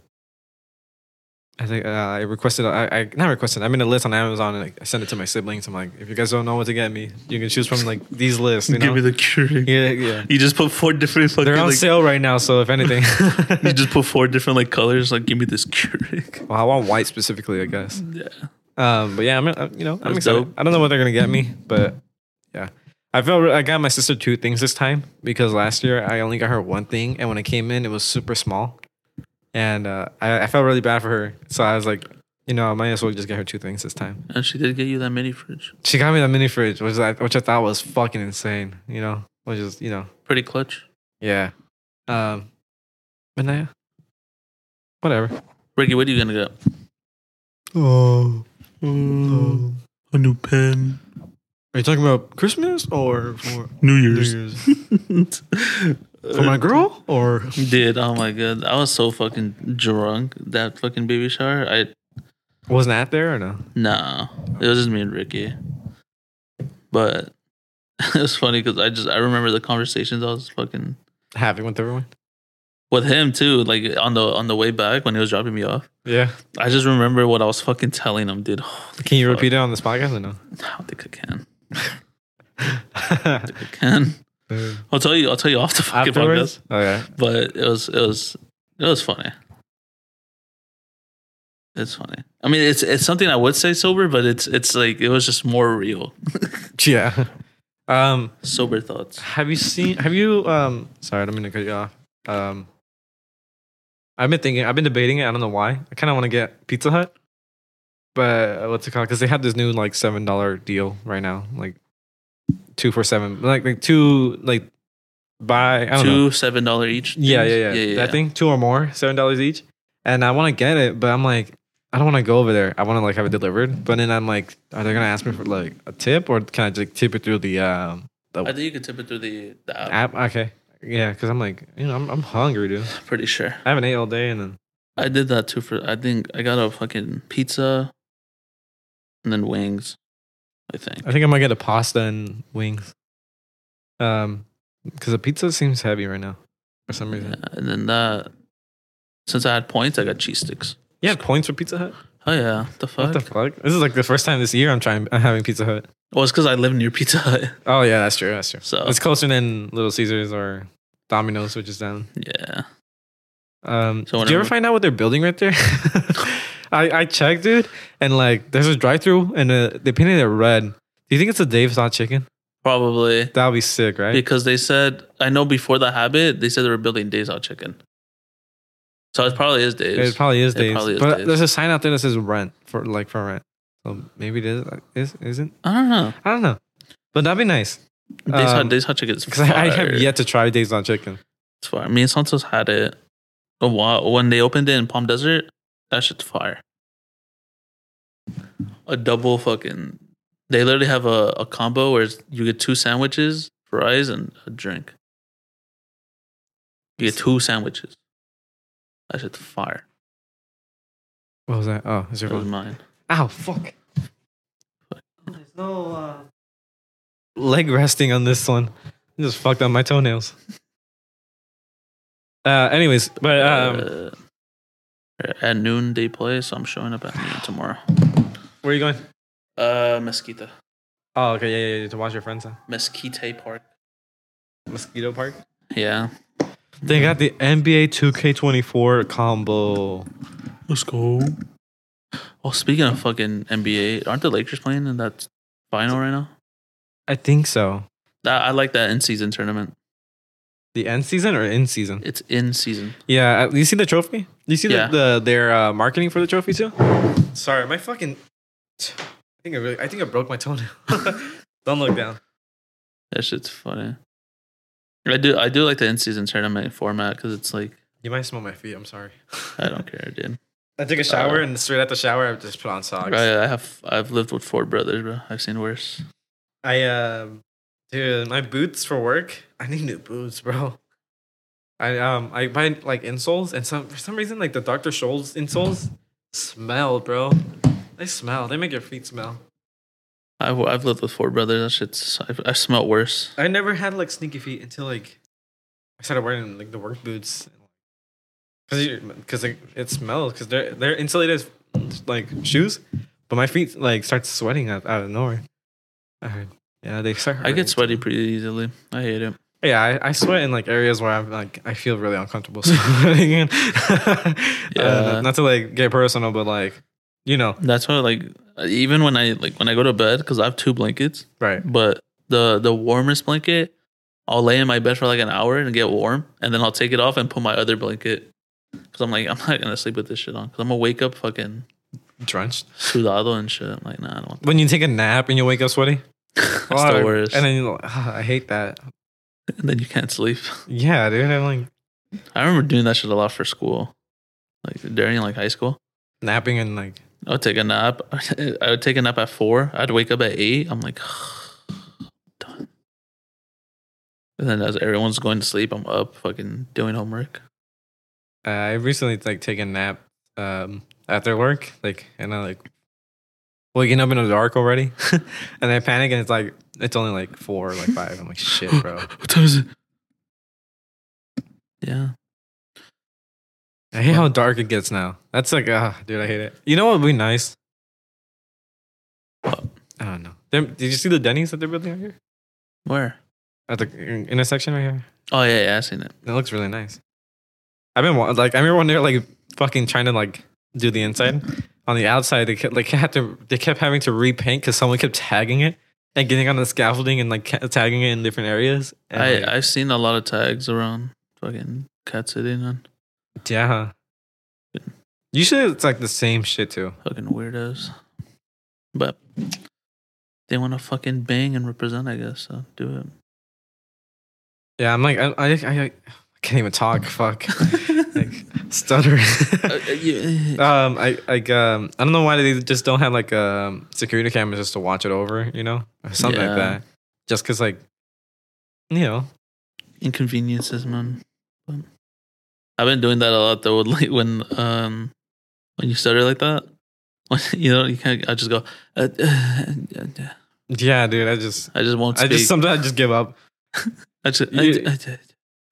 B: I think uh, I requested. I, I not requested. I made a list on Amazon and I sent it to my siblings. I'm like, if you guys don't know what to get me, you can choose from like these lists. You know?
A: Give me the Keurig.
B: yeah,
A: <laughs>
B: yeah.
A: You just put four different fucking
B: They're on
A: like,
B: sale right now, so if anything,
A: <laughs> you just put four different like colors. Like, give me this <laughs> Keurig.
B: <laughs> well, I want white specifically, I guess.
A: Yeah,
B: Um, but yeah, I'm, I'm you know, I'm
A: That's
B: excited.
A: dope.
B: I don't know what they're gonna get me, but yeah, I felt re- I got my sister two things this time because last year I only got her one thing, and when I came in, it was super small, and uh, I, I felt really bad for her. So I was like, you know, I might as well just get her two things this time.
A: and she did get you that mini fridge.
B: She got me the mini fridge, which I which I thought was fucking insane. You know, which is you know,
A: Pretty clutch.
B: yeah. Um, but nah, whatever.
A: Ricky, what are you gonna get?
B: Oh.
A: A new pen.
B: Mm. Are you talking about Christmas or for
A: New
B: Year's?
A: For
B: For my girl? Or
A: <laughs> Dude, oh my god, I was so fucking drunk that fucking baby shower. I
B: was Nat there or no?
A: nah, it was just me and Ricky. But <laughs> it was funny because I just I remember the conversations I was fucking
B: Having with everyone?
A: with him too. Like on the on the way back when he was dropping me off.
B: Yeah.
A: I just remember what I was fucking telling him, dude. <sighs>
B: Can you
A: Fuck.
B: repeat it on this podcast <laughs> or no?
A: I don't think I can. I can. I'll tell you. I'll tell you off the fucking podcast.
B: Afterwards? Oh yeah.
A: But it was. It was. It was funny. It's funny. I mean, it's it's something I would say sober, but it's it's like it was just more real.
B: Yeah. Um
A: sober thoughts.
B: have you seen have you um sorry, I don't mean to cut you off. Um I've been thinking I've been debating it, I don't know why. I kinda wanna get Pizza Hut. But uh, what's it called? Because they have this new like seven dollar deal right now. Like two for seven. Like like two like buy I don't know.
A: Two seven dollar each.
B: Yeah,
A: things?
B: yeah, yeah. That thing, two or more, seven dollars each. And I want to get it, but I'm like, I don't want to go over there. I want to like have it delivered. But then I'm like, are they gonna ask me for like a tip, or can I just tip it through the um
A: I think you could tip it through the, the app.
B: app? Okay, yeah, because I'm like, you know, I'm, I'm hungry, dude.
A: I'm pretty sure.
B: I haven't ate all day, and then
A: I did that too for I think I got a fucking pizza and then wings, I think.
B: I think I might get a pasta and wings. Um, because the pizza seems heavy right now for some reason.
A: Yeah, and then that since I had points, I got cheese sticks.
B: You have points for Pizza Hut?
A: Oh yeah, the fuck.
B: What the fuck? This is like the first time this year I'm trying I'm having Pizza Hut.
A: well, it's because I live near Pizza Hut, <laughs>
B: Oh yeah, that's true. That's true.
A: so
B: It's closer than Little Caesars or Domino's, which is down.
A: yeah.
B: Um,
A: So
B: did you ever
A: whenever-
B: find out what they're building right there? <laughs> I, I checked, dude, and like there's a drive-through, and uh, they painted it red. Do you think it's a Dave's Hot Chicken?
A: Probably.
B: That would be sick, right?
A: Because they said, I know before the habit, they said they were building Days Out Chicken. So it probably is Days.
B: it probably is
A: It
B: days.
A: probably is
B: but
A: days.
B: there's a sign out there that says rent for like for rent. So maybe it is, is isn't.
A: I don't know.
B: I don't know. But that'd be nice
A: Days,
B: Um,
A: Hot, Days Hot Chicken
B: <laughs>
A: is
B: because I, I have
A: fire.
B: yet to try days on chicken.
A: It's fire. Me and Santos had it a while when they opened it in Palm Desert. That shit's fire. A double fucking. They literally have a, a combo where it's- you get two sandwiches, fries, and a drink. You get two sandwiches. That shit's fire.
B: What was that? Oh, is there
A: That was mine.
B: Ow, fuck. There's no uh... leg resting on this one. I just fucked up my toenails. Uh, anyways, but um,
A: Uh, at noon they play, so I'm showing up at noon tomorrow.
B: where are you going?
A: Uh, Mesquita,
B: Oh, okay, yeah, yeah, yeah to watch your friends, huh?
A: Mesquite Park.
B: Mosquito Park.
A: Yeah,
B: They got the NBA 2K24 combo.
A: Let's go. Oh, speaking of fucking NBA, aren't the Lakers playing in that final right now?
B: I think so.
A: That, I like that in season tournament.
B: The end season or in season?
A: It's in season.
B: Yeah, uh, you see the trophy? You see
A: Yeah.
B: the, the their uh, marketing for the trophy too? Sorry, my fucking. I think I really. I think I broke my toenail. <laughs> Don't look down.
A: That shit's funny. I do. I do like the in season tournament format because it's like
B: You might smell my feet. I'm sorry.
A: I don't care, dude.
B: I took a shower and straight out the shower, I just put on socks.
A: I, I have. I've lived with four brothers, bro. I've seen worse.
B: I um, dude, my boots for work. I need new boots, bro. I um, I buy like insoles, and some for some reason like the Dr. Scholl's insoles smell, bro. They smell. They make your feet smell.
A: I've I've lived with four brothers. That shit's. I've, I smelled worse.
B: I never had like sneaky feet until like I started wearing like the work boots. Cause, you, cause like, it smells. Cause they're they're insulated like shoes, but my feet like start sweating out, out of nowhere. I heard. Yeah, they start.
A: I
B: hurting.
A: get sweaty pretty easily. I hate it.
B: Yeah, I, I sweat in like areas where I'm like I feel really uncomfortable <laughs> sweating in. Uh,
A: Yeah.
B: not to like get personal, but like you know,
A: That's why, like, even when I like when I go to bed, because I have two blankets.
B: right?
A: but the the warmest blanket i'll lay in my bed for like an hour and get warm and then i'll take it off and put my other blanket because i'm like i'm not gonna sleep with this shit on because i'm gonna wake up fucking
B: Drenched.
A: sudado and shit i'm like nah i
B: <laughs>
A: don't want
B: When you take a nap and you wake up sweaty,
A: that that's the worst
B: And
A: <laughs> and
B: then you're like, "Ah, I hate that.
A: then you can't sleep
B: Yeah, dude. I'm like
A: i remember doing that shit a lot for school like during like high school
B: napping and like
A: i would take a nap <laughs> i would take a nap at four i'd wake up at eight i'm like <sighs> done and then as everyone's going to sleep i'm up fucking doing homework
B: uh, I recently like take a nap um after work, like and I like waking up in the dark already, <laughs> and I panic and it's like it's only like four, or, like five. I'm like shit, bro.
A: what time is it? Yeah.
B: I hate how dark it gets now. That's like, ah, dude, I hate it. You know what would be nice?
A: What?
B: I don't know. Them- Did you see the Denny's that they're building out here?
A: Where?
B: At the in- intersection right here?
A: Oh yeah, yeah, I seen it.
B: It looks really nice. I've been wa- like, I remember when they were like fucking trying to like do the inside. On the outside, they kept like had to, they kept having to repaint because someone kept tagging it and getting on the scaffolding and like ca- tagging it in different areas. And,
A: I
B: like,
A: I've seen a lot of tags around fucking Cat City man.
B: yeah. Usually it's like the same shit too.
A: Fucking weirdos. But they want to fucking bang and represent, I guess. So do it.
B: Yeah, I'm like, I, I, I, I can't even
A: <laughs>
B: talk. Fuck. like stutter.
A: Uh, uh, you- uh,
B: um, I like um, I don't know why they just don't have like um security cameras just to watch it over, you know, or something
A: Yeah.
B: like that. Just because, like, you know,
A: inconveniences, man. But I've been doing that a lot though. <laughs> Like when um when you stutter like that, <laughs> when, you know you can't. I just go. Uh,
B: yeah, dude, I just,
A: I just won't
B: I
A: speak.
B: just sometimes I just give up.
A: I just,
B: you-
A: I, I,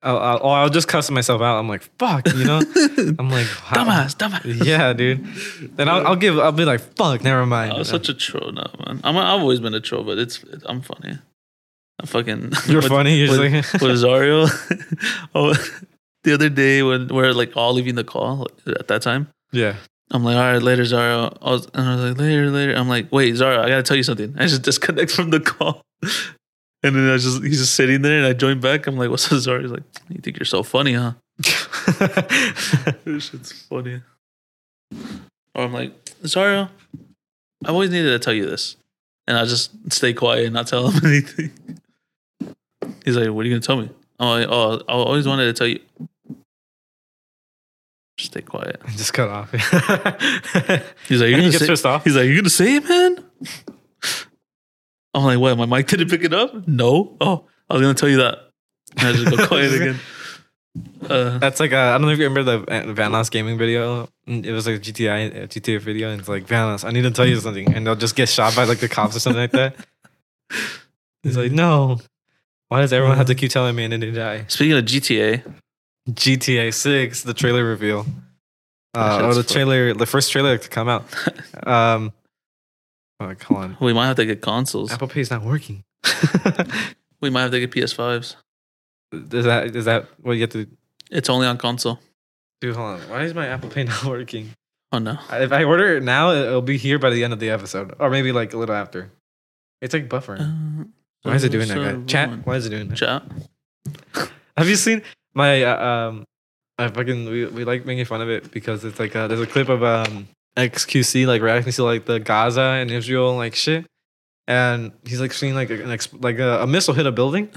B: I'll, I'll, or I'll just cuss myself out. I'm like, fuck, you know, I'm like, <laughs>
A: <laughs>
B: wow.
A: dumbass, dumbass.
B: Yeah, dude. Then I'll, I'll give. I'll be like, fuck, never mind.
A: I was such a troll now, man. I'm, I've always been a troll, but it's I'm funny. I'm fucking.
B: <laughs> You're
A: with,
B: funny. You're
A: with,
B: just like,
A: with Zario. <laughs> oh, the other day when we're like all leaving the call like, at that time,
B: <laughs> yeah. <laughs>
A: I'm like, all right, later, Zario. I <laughs> was, and I was like, later, later. I'm like, wait, Zario, I gotta tell you something. I just disconnect from the call. <laughs> And then I was just he's just sitting there, and I joined back. I'm like, "What's up, Zara?" He's like, "You think you're so funny, huh?" This shit's funny. Or I'm like, Zara, I've always needed to tell you this, and I just stay quiet and not tell him <laughs> anything. He's like, "What are you gonna tell me?" Oh, I, oh, I always wanted to tell you. Just stay quiet.
B: Just cut off. <laughs>
A: He's like, "You're
B: And he
A: gonna
B: gets
A: say."
B: pissed off.
A: He's like, "You're gonna say it, man." I'm like, "What? My mic didn't pick it up?" No. Oh, I was gonna tell you that. And I
B: <laughs>
A: just go quiet again. Uh,
B: That's like uh, I don't know if you remember the uh, Vanlos gaming video. Mm, It was like a GTA uh, GTA video, and it's like Vanlos, I need to tell you something, and they'll just get shot by like the cops or something like that. He's like, no. Why does everyone have to keep telling me and then they die?
A: speaking of GTA,
B: GTA Six, the trailer reveal, uh,
A: That
B: or
A: shit's
B: the
A: fu-
B: trailer, the first trailer to
A: <laughs>
B: come out. Um, oh, come on,
A: we might have to get consoles.
B: Apple Pay is not working. <laughs>
A: We might have to get PS5s.
B: Does that is that what you have to
A: It's only on console.
B: do? Hold on, why is my Apple Pay not <laughs> working?
A: Oh no.
B: If I order it now, it'll be here by the end of the episode, or maybe like a little after. It's like
A: Uh,
B: buffering. Why is it doing that, guy? Chat. Why is it doing that?
A: Chat.
B: Have you seen my uh, um? I fucking we, we like making fun of it because it's like uh, there's a clip of um XQC like reacting to like the Gaza and Israel like shit, and he's like seeing like an ex- like a, a missile hit a building,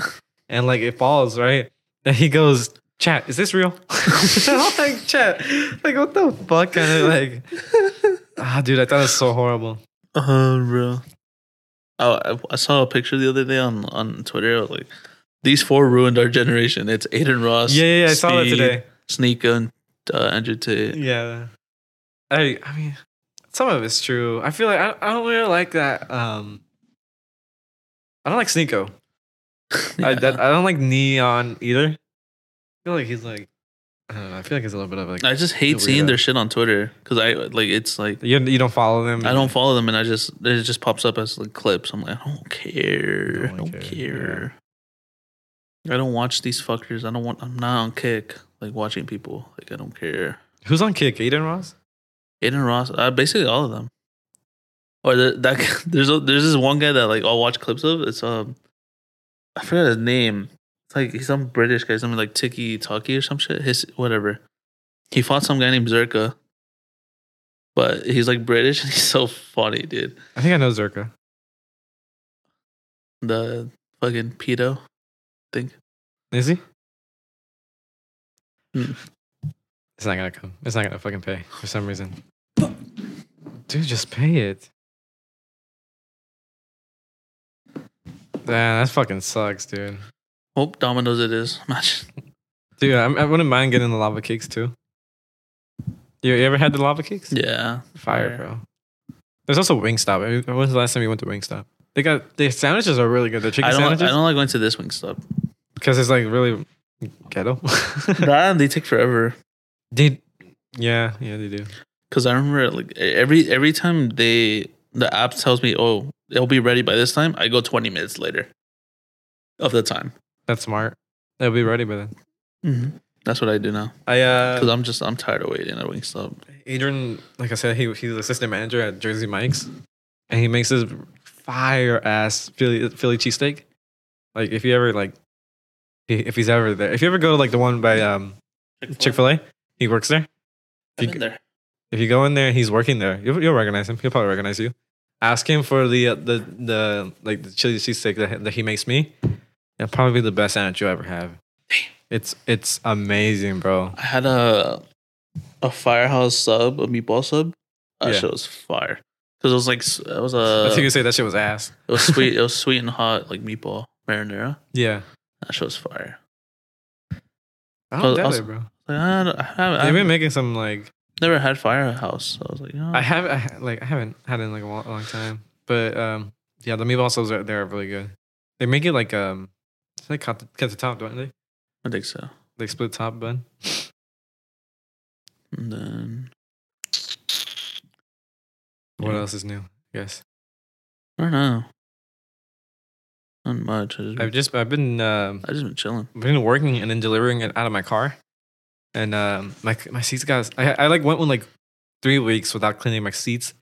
B: and like it falls right, and he goes. Chat, is this real? <laughs> I'm like, chat, like, what the fuck? And it, like, <laughs> ah, dude, I thought it was so horrible.
A: Uh, bro. Oh, I, I saw a picture the other day on on Twitter. I was like, these four ruined our generation. It's Aiden Ross.
B: Yeah, yeah, yeah I saw that
A: Speed,
B: today.
A: Sneaker and uh, Andrew Tate.
B: Yeah, I, I mean, some of it's true. I feel like I, I don't really like that. Um, I don't like Sneeko. I, that, I don't like Neon either. I feel like he's like, I don't know. I feel like he's a little bit of like
A: I just hate
B: Weirdo.
A: seeing their shit on Twitter because I like it's like
B: you. You don't follow them.
A: I don't follow them and I just it just pops up as like clips. I'm like I don't care.
B: I
A: I
B: don't
A: don't
B: care,
A: care. I don't watch these fuckers. I don't want. I'm not on kick like watching people. Like I don't care.
B: Who's on kick? Aiden Ross.
A: Aiden Ross, uh, basically all of them. Or the, that guy- <laughs> there's a, there's this one guy that like I'll watch clips of. It's um, I forgot his name. It's like he's some British guy, something like Tiki Taki or some shit. His whatever. He fought some guy named Zerka, but he's like British <laughs> and he's so funny, dude.
B: I think I know Zerka.
A: The fucking pedo.
B: Is he?
A: Mm.
B: It's not gonna come. It's not gonna fucking pay for some reason. Dude, just pay it. Damn, that fucking sucks, dude.
A: Oh, Domino's it is. <laughs> Imagine.
B: Dude, I, I wouldn't mind getting the lava cakes too. You, you ever had the lava cakes?
A: Yeah.
B: Fire,
A: Fire.
B: bro. There's also Wingstop. I mean, When was the last time you went to Wingstop? They got their sandwiches are really good. Their
A: I
B: chicken
A: don't. I
B: sandwiches
A: don't like going to this Wingstop.
B: because it's like really ghetto. <laughs>
A: That they take forever.
B: they, yeah, yeah, they do.
A: Cause I remember like every every time they the app tells me, oh, it'll be ready by this time, I go twenty minutes later of the time.
B: That's smart. They'll be ready by then.
A: That's what I do now.
B: Mm-hmm. I
A: Cause
B: uh,
A: I'm just I'm tired of waiting at Wingstop.
B: Adrian, like I said, he he's assistant manager at Jersey Mike's, and he makes this fire ass Philly Philly cheesesteak. Like if you ever like, he- if he's ever there, if you ever go to like the one by um Chick Fil A, he works there.
A: I've been there.
B: If you go in there, he's working there. You'll, you'll recognize him. He'll probably recognize you. Ask him for the uh, the the like the chili cheesesteak that, that he makes me. It'll probably be the best sandwich you'll ever have. It's it's amazing, bro.
A: I had a a firehouse sub, a meatball sub. That
B: Yeah.
A: shit was fire. Cause it was like s- it was
B: I
A: a
B: think you say that shit was ass.
A: it was sweet it was sweet and hot like meatball marinara.
B: Yeah.
A: That shit was fire.
B: I
A: Well,
B: don't doubt
A: also-
B: it, Oh, bro.
A: Like, I, don't- I haven't,
B: They've been
A: I've
B: making some like
A: never had firehouse. So I was like, oh.
B: I have I, ha- like I haven't had it in like a long, long time, but um yeah, the meatball subs are they're really good. They make it like um they cut the, cut the top, don't they?
A: I think so.
B: Like split top bun.
A: And then
B: What
A: Yeah.
B: else is new? Yes,
A: I don't know. Not much. I just,
B: I've
A: I've,
B: just I've been um
A: just been chilling.
B: been working and then delivering it out of my car, and um my my seats got I I like went with like three weeks without cleaning my seats,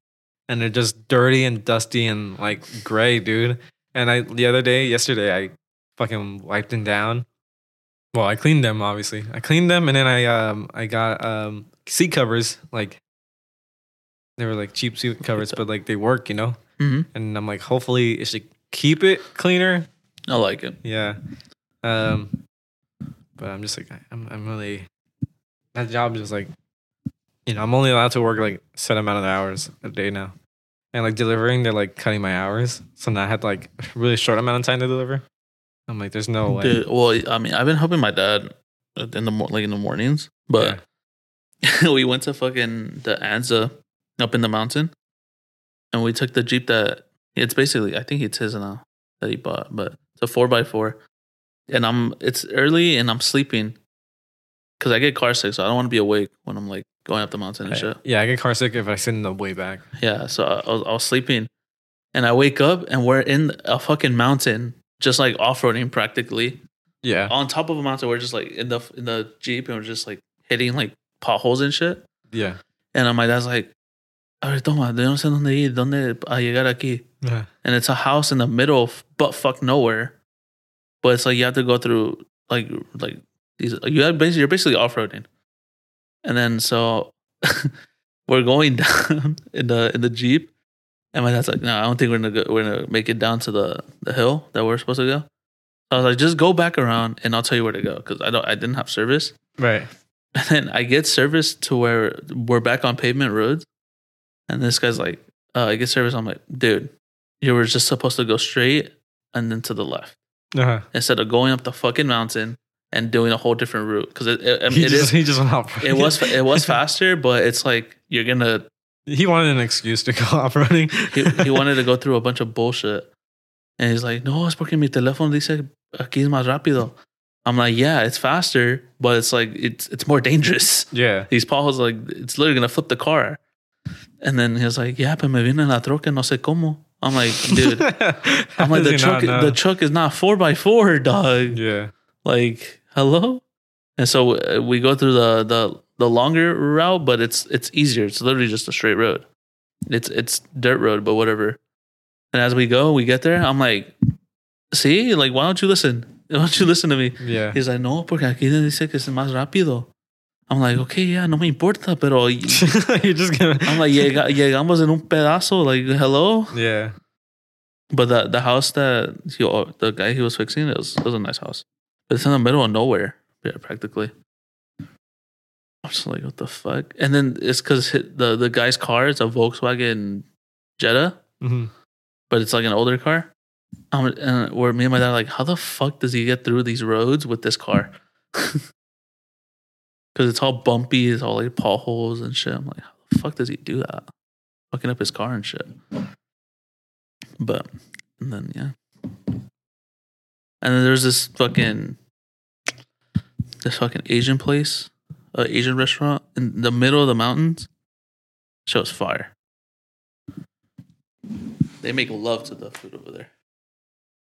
B: and they're just dirty and dusty and like gray, dude. And I the other day, yesterday, I fucking wiped them down. Well, I cleaned them obviously. I cleaned them, and then I um I got um seat covers like they were like cheap seat covers, but like they work, you know.
A: Mhm.
B: And I'm like, hopefully, it should keep it cleaner.
A: I like it.
B: Yeah. Um, but I'm just like I- I'm I'm really that job is like you know I'm only allowed to work like a set amount of hours a day now, and like delivering they're like cutting my hours, so now I had like <laughs> a really short amount of time to deliver. I'm like, there's no way.
A: Dude, well, I mean, I've been helping my dad in the mor- like in the mornings, but <laughs> we went to fucking the Anza up in the mountain, and we took the jeep that it's basically I think it's his now that he bought, but it's a four by four, and I'm it's early and I'm sleeping because I get car sick, so I don't want to be awake when I'm like going up the mountain
B: yeah.
A: and shit.
B: yeah, I get car sick if I sit in the way back.
A: Yeah, so I, I, was, I was sleeping, and I wake up and we're in a fucking mountain, just like off roading practically
B: Yeah,
A: on top of a mountain. We're just like in the in the jeep and we're just like hitting like potholes and shit.
B: yeah,
A: And I'm like, that's like, a ver, toma, yo no sé dónde ir, dónde a llegar aquí.
B: yeah.
A: And it's a house in the middle of butt fuck nowhere, but it's like you have to go through like like these. You have basically you're basically off roading, and then so <laughs> we're going <laughs> down in the in the jeep. And my dad's like, no, I don't think we're gonna go, we're gonna make it down to the, the hill that we're supposed to go. I was like, just go back around and I'll tell you where to go because I don't I didn't have service.
B: Right.
A: <laughs> And then I get service to where we're back on pavement roads, and this guy's like, uh, I get service. I'm like, dude, you were just supposed to go straight and then to the left
B: Uh-huh.
A: instead of going up the fucking mountain and doing a whole different route because it it,
B: <laughs>
A: I mean,
B: he,
A: it
B: just,
A: is
B: he just went off. <laughs>
A: it was it was faster, but it's like you're gonna
B: he wanted an excuse to go off running.
A: he,
B: <laughs>
A: he wanted to go through a bunch of bullshit. And he's like, no, es porque mi teléfono dice aquí es más rápido. I'm like, yeah, it's faster, but it's like it's it's more dangerous.
B: yeah.
A: These potholes, like it's literally gonna flip the car. And then he was like, yeah, pero me viene la troca, no sé cómo. I'm
B: <laughs>
A: like, dude, I'm like the truck, the truck is not four by four, dog.
B: yeah.
A: Like, hello. And so uh, we go through the the the longer route, but it's it's easier. It's literally just a straight road. It's it's dirt road, but whatever. And as we go, we get there. I'm like, see, like, why don't you listen? <laughs> Why don't you listen to me?
B: Yeah.
A: He's like, no, porque aquí dice que es más rápido. I'm like, okay, yeah, no me importa, pero
B: <laughs> You're just gonna.
A: I'm like,
B: <laughs>
A: "Llega- llegamos en un pedazo, like, hello.
B: yeah.
A: But the the house that he oh, the guy he was fixing it was, it was a nice house. But it's in the middle of nowhere, yeah, practically. I'm just like, what the fuck? And then it's because the the guy's car is a Volkswagen Jetta,
B: hmm
A: but it's like an older car. Um, and where me and my dad are like, how the fuck does he get through these roads with this car? <laughs> Because it's all bumpy, it's all like potholes and shit. I'm like, how the fuck does he do that? Fucking up his car and shit. But and then yeah, and then there's this fucking this fucking Asian place, uh, Asian restaurant in the middle of the mountains. Shit was fire. They make love to the food over there.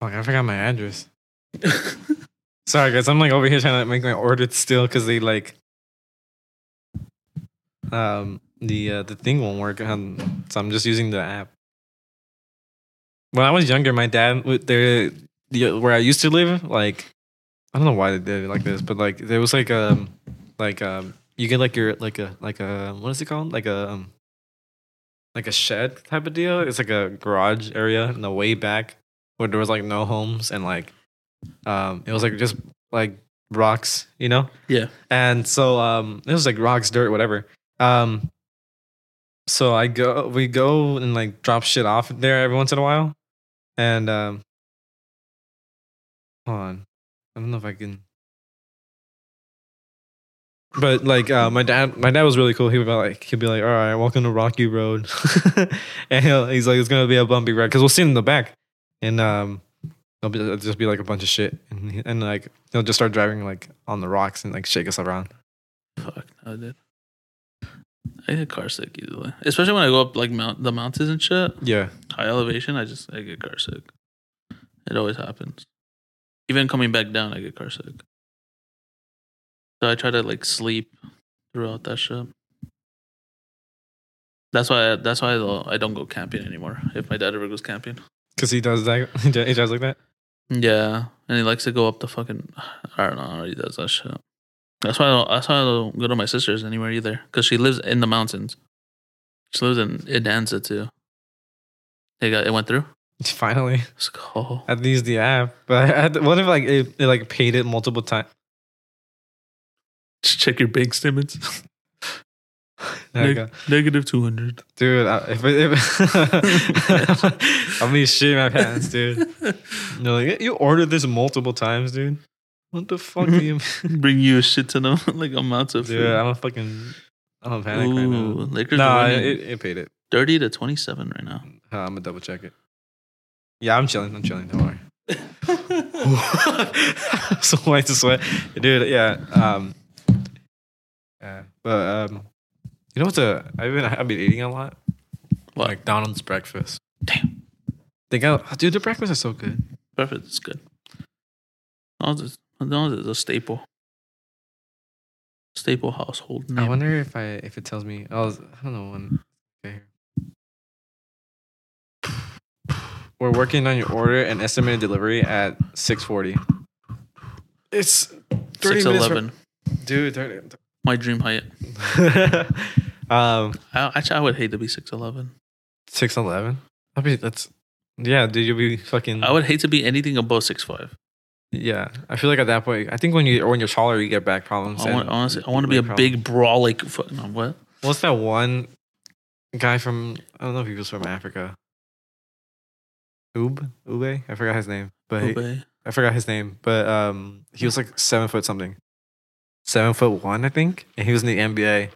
B: Fuck, I forgot my address. Sorry, guys. I'm like over here trying to make my order still because they like. Um, the uh, the thing won't work, um, so I'm just using the app. When I was younger, my dad would there the where I used to live. Like, I don't know why they did it like this, but like there was like um like um you get like your like a like a what is it called like a um, like a shed type of deal. It's like a garage area in the way back where there was like no homes and like um it was like just like rocks you know
A: Yeah.
B: and so um it was like rocks dirt whatever um so i go we go and like drop shit off there every once in a while and um hold on i don't know if i can but like uh, my dad my dad was really cool he would be like he'd be like all right welcome to rocky road <laughs> and he'll, he's like it's gonna be a bumpy ride because we'll see him in the back and um it'll, be, it'll just be like a bunch of shit and, he- and like he'll just start driving like on the rocks and like shake us around
A: Fuck no, dude. I get car sick easily, especially when I go up like mount the mountains and shit,
B: yeah
A: high elevation. I just I get car sick. It always happens. Even coming back down, I get car sick. So I try to like sleep throughout that shit. That's why that's why I don't- I don't go camping anymore. If my dad ever goes camping,
B: Because he does that. <laughs> He does he does like that.
A: Yeah, and he likes to go up the fucking. I don't know. He does that shit. That's why. I don't, that's why I don't go to my sister's anywhere either, because she lives in the mountains. She lives in Idanza too. It got. It went through.
B: Finally,
A: Let's go.
B: I had to use the app. But I had to- what if like it, it like paid it multiple times?
A: <laughs> Just check your bank statements.
B: <laughs> There you
A: Neg-
B: go.
A: Negative two hundred.
B: Dude, I, if, if <laughs> I'm gonna shit my pants, dude. <laughs> They're like, you ordered this multiple times, dude. What the fuck <laughs> do you
A: <laughs> Bring you a shit ton of <laughs> like amounts of
B: Dude, I'm a fucking. I'm a
A: food.
B: panic right
A: Ooh,
B: now.
A: Lakers
B: No,
A: are
B: it,
A: winning
B: it it paid it.
A: thirty to twenty seven right
B: <laughs>
A: now.
B: Uh, I'm gonna double check it. Yeah, I'm chilling. I'm chilling. Don't worry. <laughs> so white to sweat, dude. Yeah. Um. Yeah, but um, you know what's a? I've been I've been eating a lot.
A: What?
B: McDonald's breakfast.
A: Damn.
B: They got dude. The breakfasts are so good.
A: Perfect. It's good. McDonald's is, McDonald's is a staple. Staple household name.
B: I wonder if I if it tells me. I was I don't know when. Okay. We're working on your order and estimated delivery at six forty. It's
A: Six eleven.
B: dude. 30,
A: My dream height.
B: um,
A: I, actually, I would hate to be six eleven.
B: six eleven. I mean, that's yeah, dude. You'll be fucking.
A: I would hate to be anything above six five.
B: Yeah, I feel like at that point, I think when you when you're taller, you get back problems.
A: I want.
B: and-
A: Honestly, I want to be a
B: Leg
A: big brawlic. Fu- no, what?
B: What's that one guy from? I don't know if he was from Africa. Ube Ube, I forgot his name, but he-
A: Obey.
B: I forgot his name, but um, he was like seven foot something, seven foot one, I think, and he was in the NBA,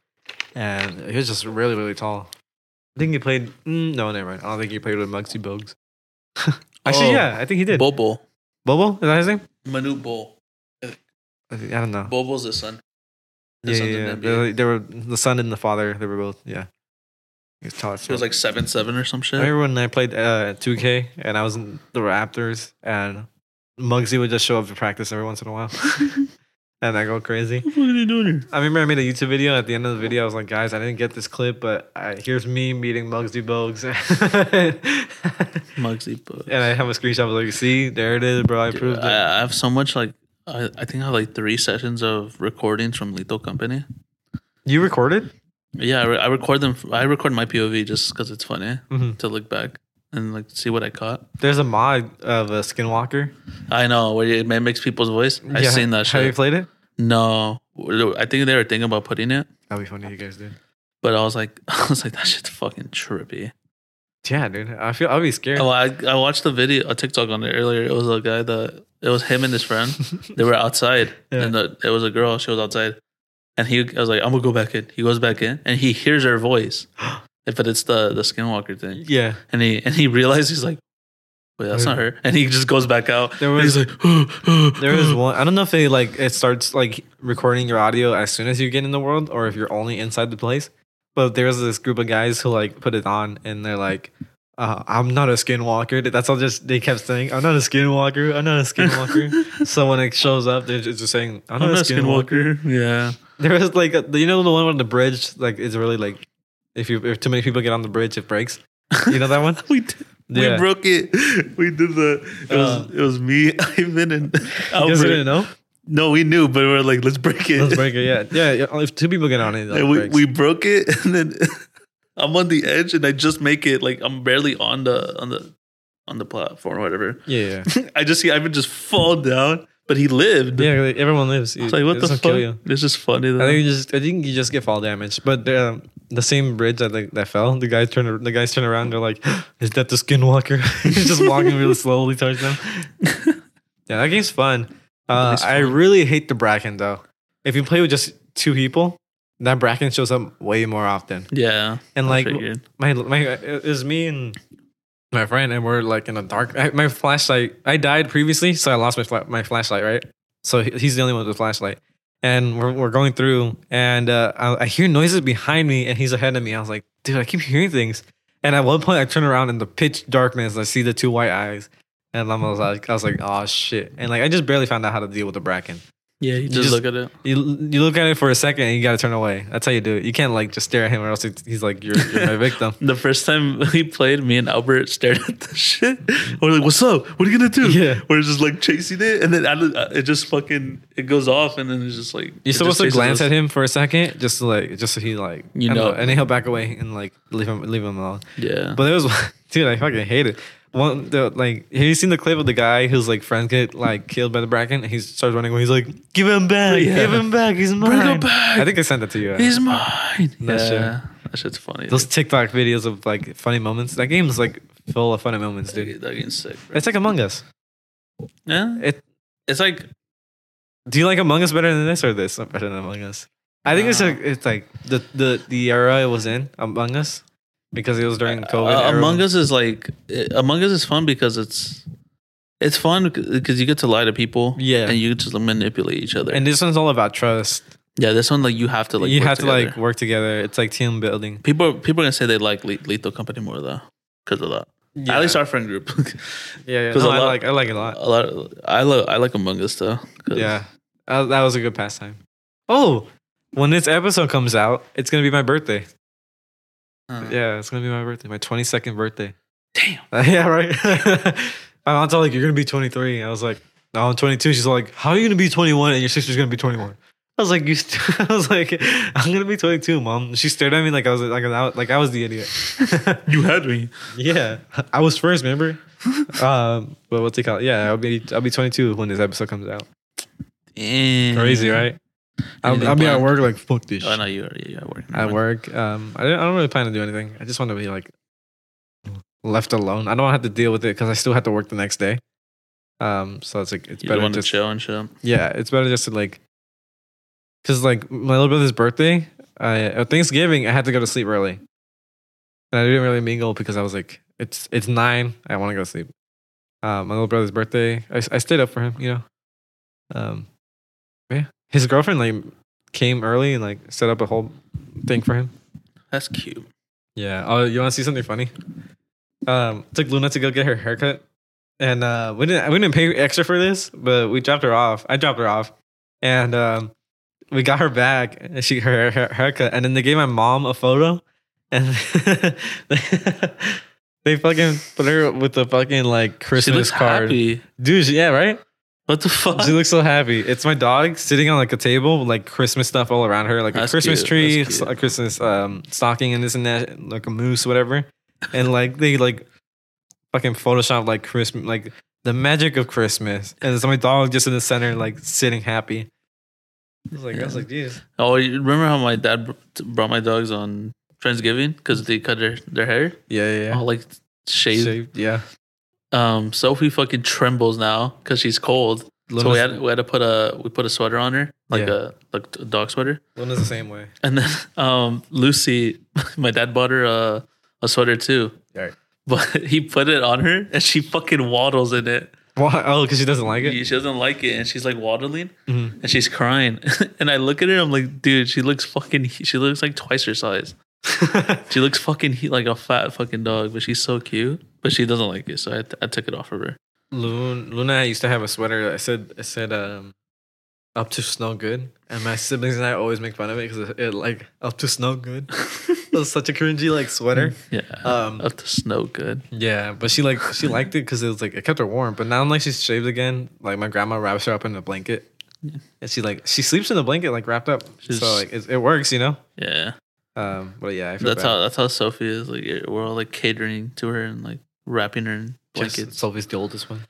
B: and he was just really really tall. I think he played. Mm, no, never mind. I don't think he played with Muggsy Bogues. <laughs> Actually,
A: Oh,
B: yeah, I think he did.
A: Bobo.
B: Bobo, is that his name?
A: Manu Bol.
B: I think- I don't know.
A: Bobo's the son. The
B: Yeah,
A: son's
B: yeah,
A: in
B: yeah.
A: the
B: They
A: NBA.
B: were- They were the son and the father. They were both. Yeah, he was tall. as
A: He was
B: fuck.
A: like seven seven or some
B: I
A: shit.
B: remember when I played uh, 2K and I was in the Raptors and Muggsy would just show up to practice every once in
A: <laughs>
B: a while and I go crazy.
A: What the fuck are you doing here?
B: I remember I made a YouTube video. And at the end of the video, I was like, "Guys, I didn't get this clip, but I, here's me meeting Muggsy Bogues." <laughs>
A: Muggsy Bogues.
B: and I have a screenshot. I was like, "See, there it is, bro. I
A: Dude,
B: proved it."
A: I, I have so much like I, I think I have like three sessions of recordings from Lethal Company.
B: you recorded?
A: Yeah, I, re- I record them. I record my POV just because it's funny
B: Mhm.
A: to look back and like see what I caught.
B: There's a mod of a Skinwalker.
A: I know where it ma- makes people's voice. I've seen that
B: Have you
A: shit.
B: played it?
A: no, I think they were thinking about putting it,
B: That'd be funny. if You guys did.
A: but I was like, <laughs> I was like, that shit's fucking trippy.
B: Yeah, dude. I feel I'll be scared.
A: Oh, I, I watched the video, a TikTok on it earlier. It was a guy that it was him and his
B: <laughs>
A: friend. They were outside,
B: Yeah.
A: and the, it was a girl. She was outside, and he I was like, "I'm gonna go back in." He goes back in, and he hears her
B: <gasps>
A: voice, but it's the the skinwalker thing.
B: yeah.
A: And he and he realizes he's like, "Wait, that's not her." And he just goes back out.
B: There
A: and
B: was-
A: he's like, <gasps> "Oh, oh,
B: There is
A: oh."
B: one. I don't know if they like it starts like recording your audio as soon as you get in the world, or if you're only inside the place. But there was this group of guys who like put it on, and they're like, uh, "I'm not a skinwalker." That's all. Just they kept saying, "I'm not a skinwalker. I'm not a
A: <laughs>
B: skinwalker." so when it shows up, they're just just saying, "I'm
A: I'm
B: not,
A: not
B: a skinwalker."
A: skinwalker. Yeah,
B: There was like a, you know the one on the bridge, like it's really like if you if too many people get on the bridge, it breaks. You know that
A: <laughs>
B: one?
A: we did, we broke it. We did the. It was
B: Uh,
A: it was me, <laughs> Ivan, and
B: You guys
A: Albert.
B: didn't know?
A: No, we knew, but we were like, "Let's break it."
B: Let's
A: <laughs>
B: break it. Yeah, yeah. yeah, If two people get on it,
A: And
B: it
A: we,
B: breaks.
A: we broke it <laughs> and then I'm on the edge and I just make it like I'm barely on the on the on the platform or whatever.
B: yeah, yeah.
A: I just see Ivan just fall down, but he lived.
B: Yeah, like, everyone lives.
A: It's like what the
B: doesn't kill you.
A: fuck? This is funny
B: I
A: though.
B: think you just I think you just get fall damage. But the the same bridge that like, that fell, the guys turn the guys turn around. They're like, <gasps> "Is that the skinwalker?" <laughs> He's just walking
A: <laughs>
B: really slowly towards them. yeah, that game's fun.
A: That
B: Uh,
A: game's
B: I
A: fun.
B: really hate the bracken though. If you play with just two people, that bracken shows up way more often.
A: yeah.
B: And like
A: I figured.
B: my my it was me and my friend and we're like in a dark I, my flashlight i died previously so i lost my fla- my flashlight right so he- he's the only one with a flashlight and we're, we're going through and uh, I, I hear noises behind me and he's ahead of me i was like dude i keep hearing things and at one point i turn around in the pitch darkness i see the two white eyes and i was like i was like oh shit and like i just barely found out how to deal with the bracken
A: Yeah, you just,
B: just-
A: look at it.
B: You you look at it for a second and you gotta turn away. That's how you do it. You can't like just stare at him or else it's- he's like you're, you're my <laughs> victim.
A: The first time <laughs> he played, me and Albert stared at the shit. <laughs> We're like, "What's up? What are you gonna do?"
B: Yeah.
A: we're just like chasing it, and then I, don't- it just fucking it goes off, and then it's just like
B: You're supposed to glance at him for a second, just to like just so he like
A: You
B: I don't
A: know.
B: and then he'll back away and like leave him leave him alone.
A: Yeah,
B: But there was <laughs> one- dude, I fucking hate it. One the like have you seen the clip of the guy whose like friend get like killed by the bracken? And he starts running away. He's like, "Give him back!
A: Yeah.
B: Give him back! He's mine!"
A: him back.
B: I think I sent that to you.
A: he's mine.
B: That
A: yeah,
B: shit.
A: that shit's funny.
B: Those
A: dude.
B: TikTok videos of like funny moments. That game's like full of funny moments, dude.
A: They're getting sick. Bro.
B: It's like Among Us.
A: yeah,
B: It.
A: it's like
B: Do you like Among Us better than this or this better than Among Us? I think it's
A: Uh,
B: like it's like the the the era it was in Among Us because it was during COVID.
A: Uh,
B: everyone-
A: Among Us is like uh, Among Us is fun because it's it's fun because you get to lie to people,
B: Yeah.
A: and you just manipulate each other.
B: and this one's all about trust.
A: yeah, this one like you have to like
B: you
A: work
B: have to
A: together.
B: like work together. It's like team building.
A: people. People are gonna say they like Le- Lethal Company more though because of that.
B: Yeah.
A: At least our friend group. <laughs>
B: yeah, yeah.
A: 'cause
B: No,
A: a
B: I
A: lot-
B: like I like it a lot.
A: a lot. Of, I love I like Among Us though. 'cause-
B: Yeah, Uh, that was a good pastime. Oh, when this episode comes out, it's gonna be my birthday.
A: Uh,
B: Yeah, it's gonna be my birthday, my twenty second birthday.
A: Damn.
B: <laughs> yeah, right. my mom's all like, "You're gonna be 23." I was like, "No, I'm 22." She's all like, "How are you gonna be 21 and your sister's gonna be 21?" I was like, "You," st-" <laughs> I was like, "I'm gonna be 22, mom." She stared at me like I was like an out- like I was the idiot. <laughs>
A: You had me.
B: yeah, I was
A: <laughs>
B: first, remember? um, but what's it called? Yeah, I'll be I'll be 22 when this episode comes out.
A: Damn.
B: Crazy, right? I'll,
A: Anything
B: I'll be at
A: planned?
B: work like fuck this.
A: Oh
B: shit."
A: no, you are. Yeah, I work.
B: at work. Um, I don't, I don't really plan to do anything. I just want to be like left alone. I don't have to deal with it because I still have to work the next day. Um, so it's like it's
A: You
B: better
A: want to
B: just
A: chill and shit.
B: yeah, it's better just to like because like my little brother's birthday, I uh, Thanksgiving, I had to go to sleep early, and I didn't really mingle because I was like, it's it's nine, I want to go to sleep. Um, my little brother's birthday, I, I stayed up for him, you know. Um, yeah, his girlfriend like came early and like set up a whole thing for him.
A: That's cute.
B: Yeah. Oh, you want to see something funny? Um, took Luna to go get her haircut, and uh, we didn't we didn't pay extra for this, but we dropped her off. I dropped her off, and um, we got her back. And she her, her haircut, and then they gave my mom a photo, and <laughs> they fucking put her with the fucking like
A: she looks
B: Christmas card,
A: happy.
B: dude. she- yeah, right.
A: What the fuck?
B: She looks so happy. It's my dog sitting on like a table with like Christmas stuff all around her, like
A: That's
B: a Christmas
A: cute.
B: tree,
A: That's
B: s-
A: cute.
B: a Christmas um, stocking, and this and that, like a moose, whatever. And like they like fucking Photoshop like Christmas, like the magic of Christmas. And it's my dog just in the center, like sitting happy. I was like, I was like, geez.
A: Oh, you remember how my dad br- t- brought my dogs on Thanksgiving because they cut their, their hair
B: Yeah, yeah, yeah.
A: all like shaved.
B: Shaved, yeah.
A: Um, Sophie fucking trembles now because she's cold. so we
B: Luna's-
A: had we had to put a we put a sweater on her like
B: Yeah.
A: a like a dog sweater.
B: Luna's the same way.
A: And then um, Lucy, <laughs> my dad bought her a, a sweater too. <laughs>
B: Right.
A: But he put it on her and she fucking waddles in it.
B: Why? Oh, because she doesn't like it.
A: She she doesn't like it and she's like waddling
B: Mhm.
A: and she's crying. <laughs> and I look at her, I'm like, dude, she looks fucking, she looks like twice her size.
B: <laughs>
A: She looks fucking he- like a fat fucking dog, but she's so cute. But she doesn't like it, so I, I took it off of her.
B: Luna, Luna used to have a sweater. that said, it said, um, up to snow good. And my siblings and I always make fun of it because it, it, like up to snow good. <laughs> it was such a cringy like sweater.
A: Yeah,
B: Um,
A: up to snow good.
B: <laughs> yeah, but she like she liked it because it was like it kept her warm. But now like she's shaved again, like my grandma wraps her up in a blanket, and she like she sleeps in the blanket like wrapped up.
A: She's-
B: so like it, it works, you know.
A: Yeah,
B: Um, but yeah, I feel
A: that's
B: bad.
A: how that's how Sophie is. Like we're all like catering to her and like wrapping her in
B: Just-
A: blankets.
B: Sophie's the oldest one.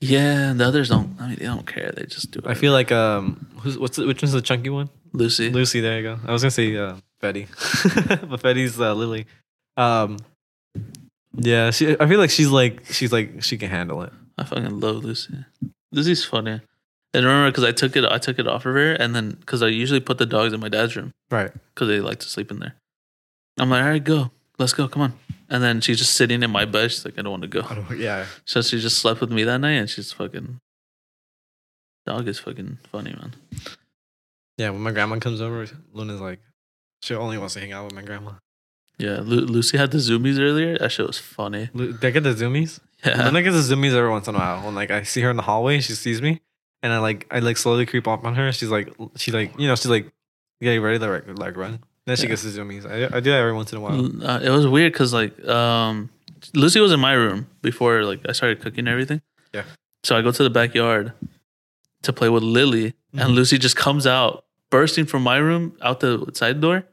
A: Yeah, the others don't. I mean, they don't care. They just do. It.
B: I feel like um, who's what's the, which one's the chunky one?
A: Lucy.
B: Lucy, there you go. I was gonna say uh, Betty, <laughs> but Betty's uh, Lily. Um, yeah, she. I feel like she's like she's like she can handle it.
A: I fucking love Lucy. Lucy's funny. And remember, because I took it, I took it off of her, and then because I usually put the dogs in my dad's room
B: Right.
A: because they like to sleep in there. I'm like, all right, go, let's go, come on. And then she's just sitting in my bed. She's like, I don't want to go.
B: Yeah.
A: So she just slept with me that night, and she's fucking. Dog is fucking funny, man.
B: Yeah. When my grandma comes over, Luna's like, she only wants to hang out with my grandma.
A: Yeah, Lu- Lucy had the zoomies earlier. That shit was funny. <laughs>
B: Lu- Did I get the zoomies?
A: Yeah,
B: Luna gets the zoomies every once in a while. When like I see her in the hallway, she sees me, and I like I like slowly creep up on her. She's like she like you know she's like getting ready to like, like run. Then she
A: Yeah.
B: gets the zoomies. I, I do that every once in a while.
A: L- Uh, it was weird because like um, Lucy was in my room before like I started cooking and everything.
B: Yeah.
A: So I go to the backyard to play with Lily,
B: Mhm.
A: and Lucy just comes out bursting from my room out the side door,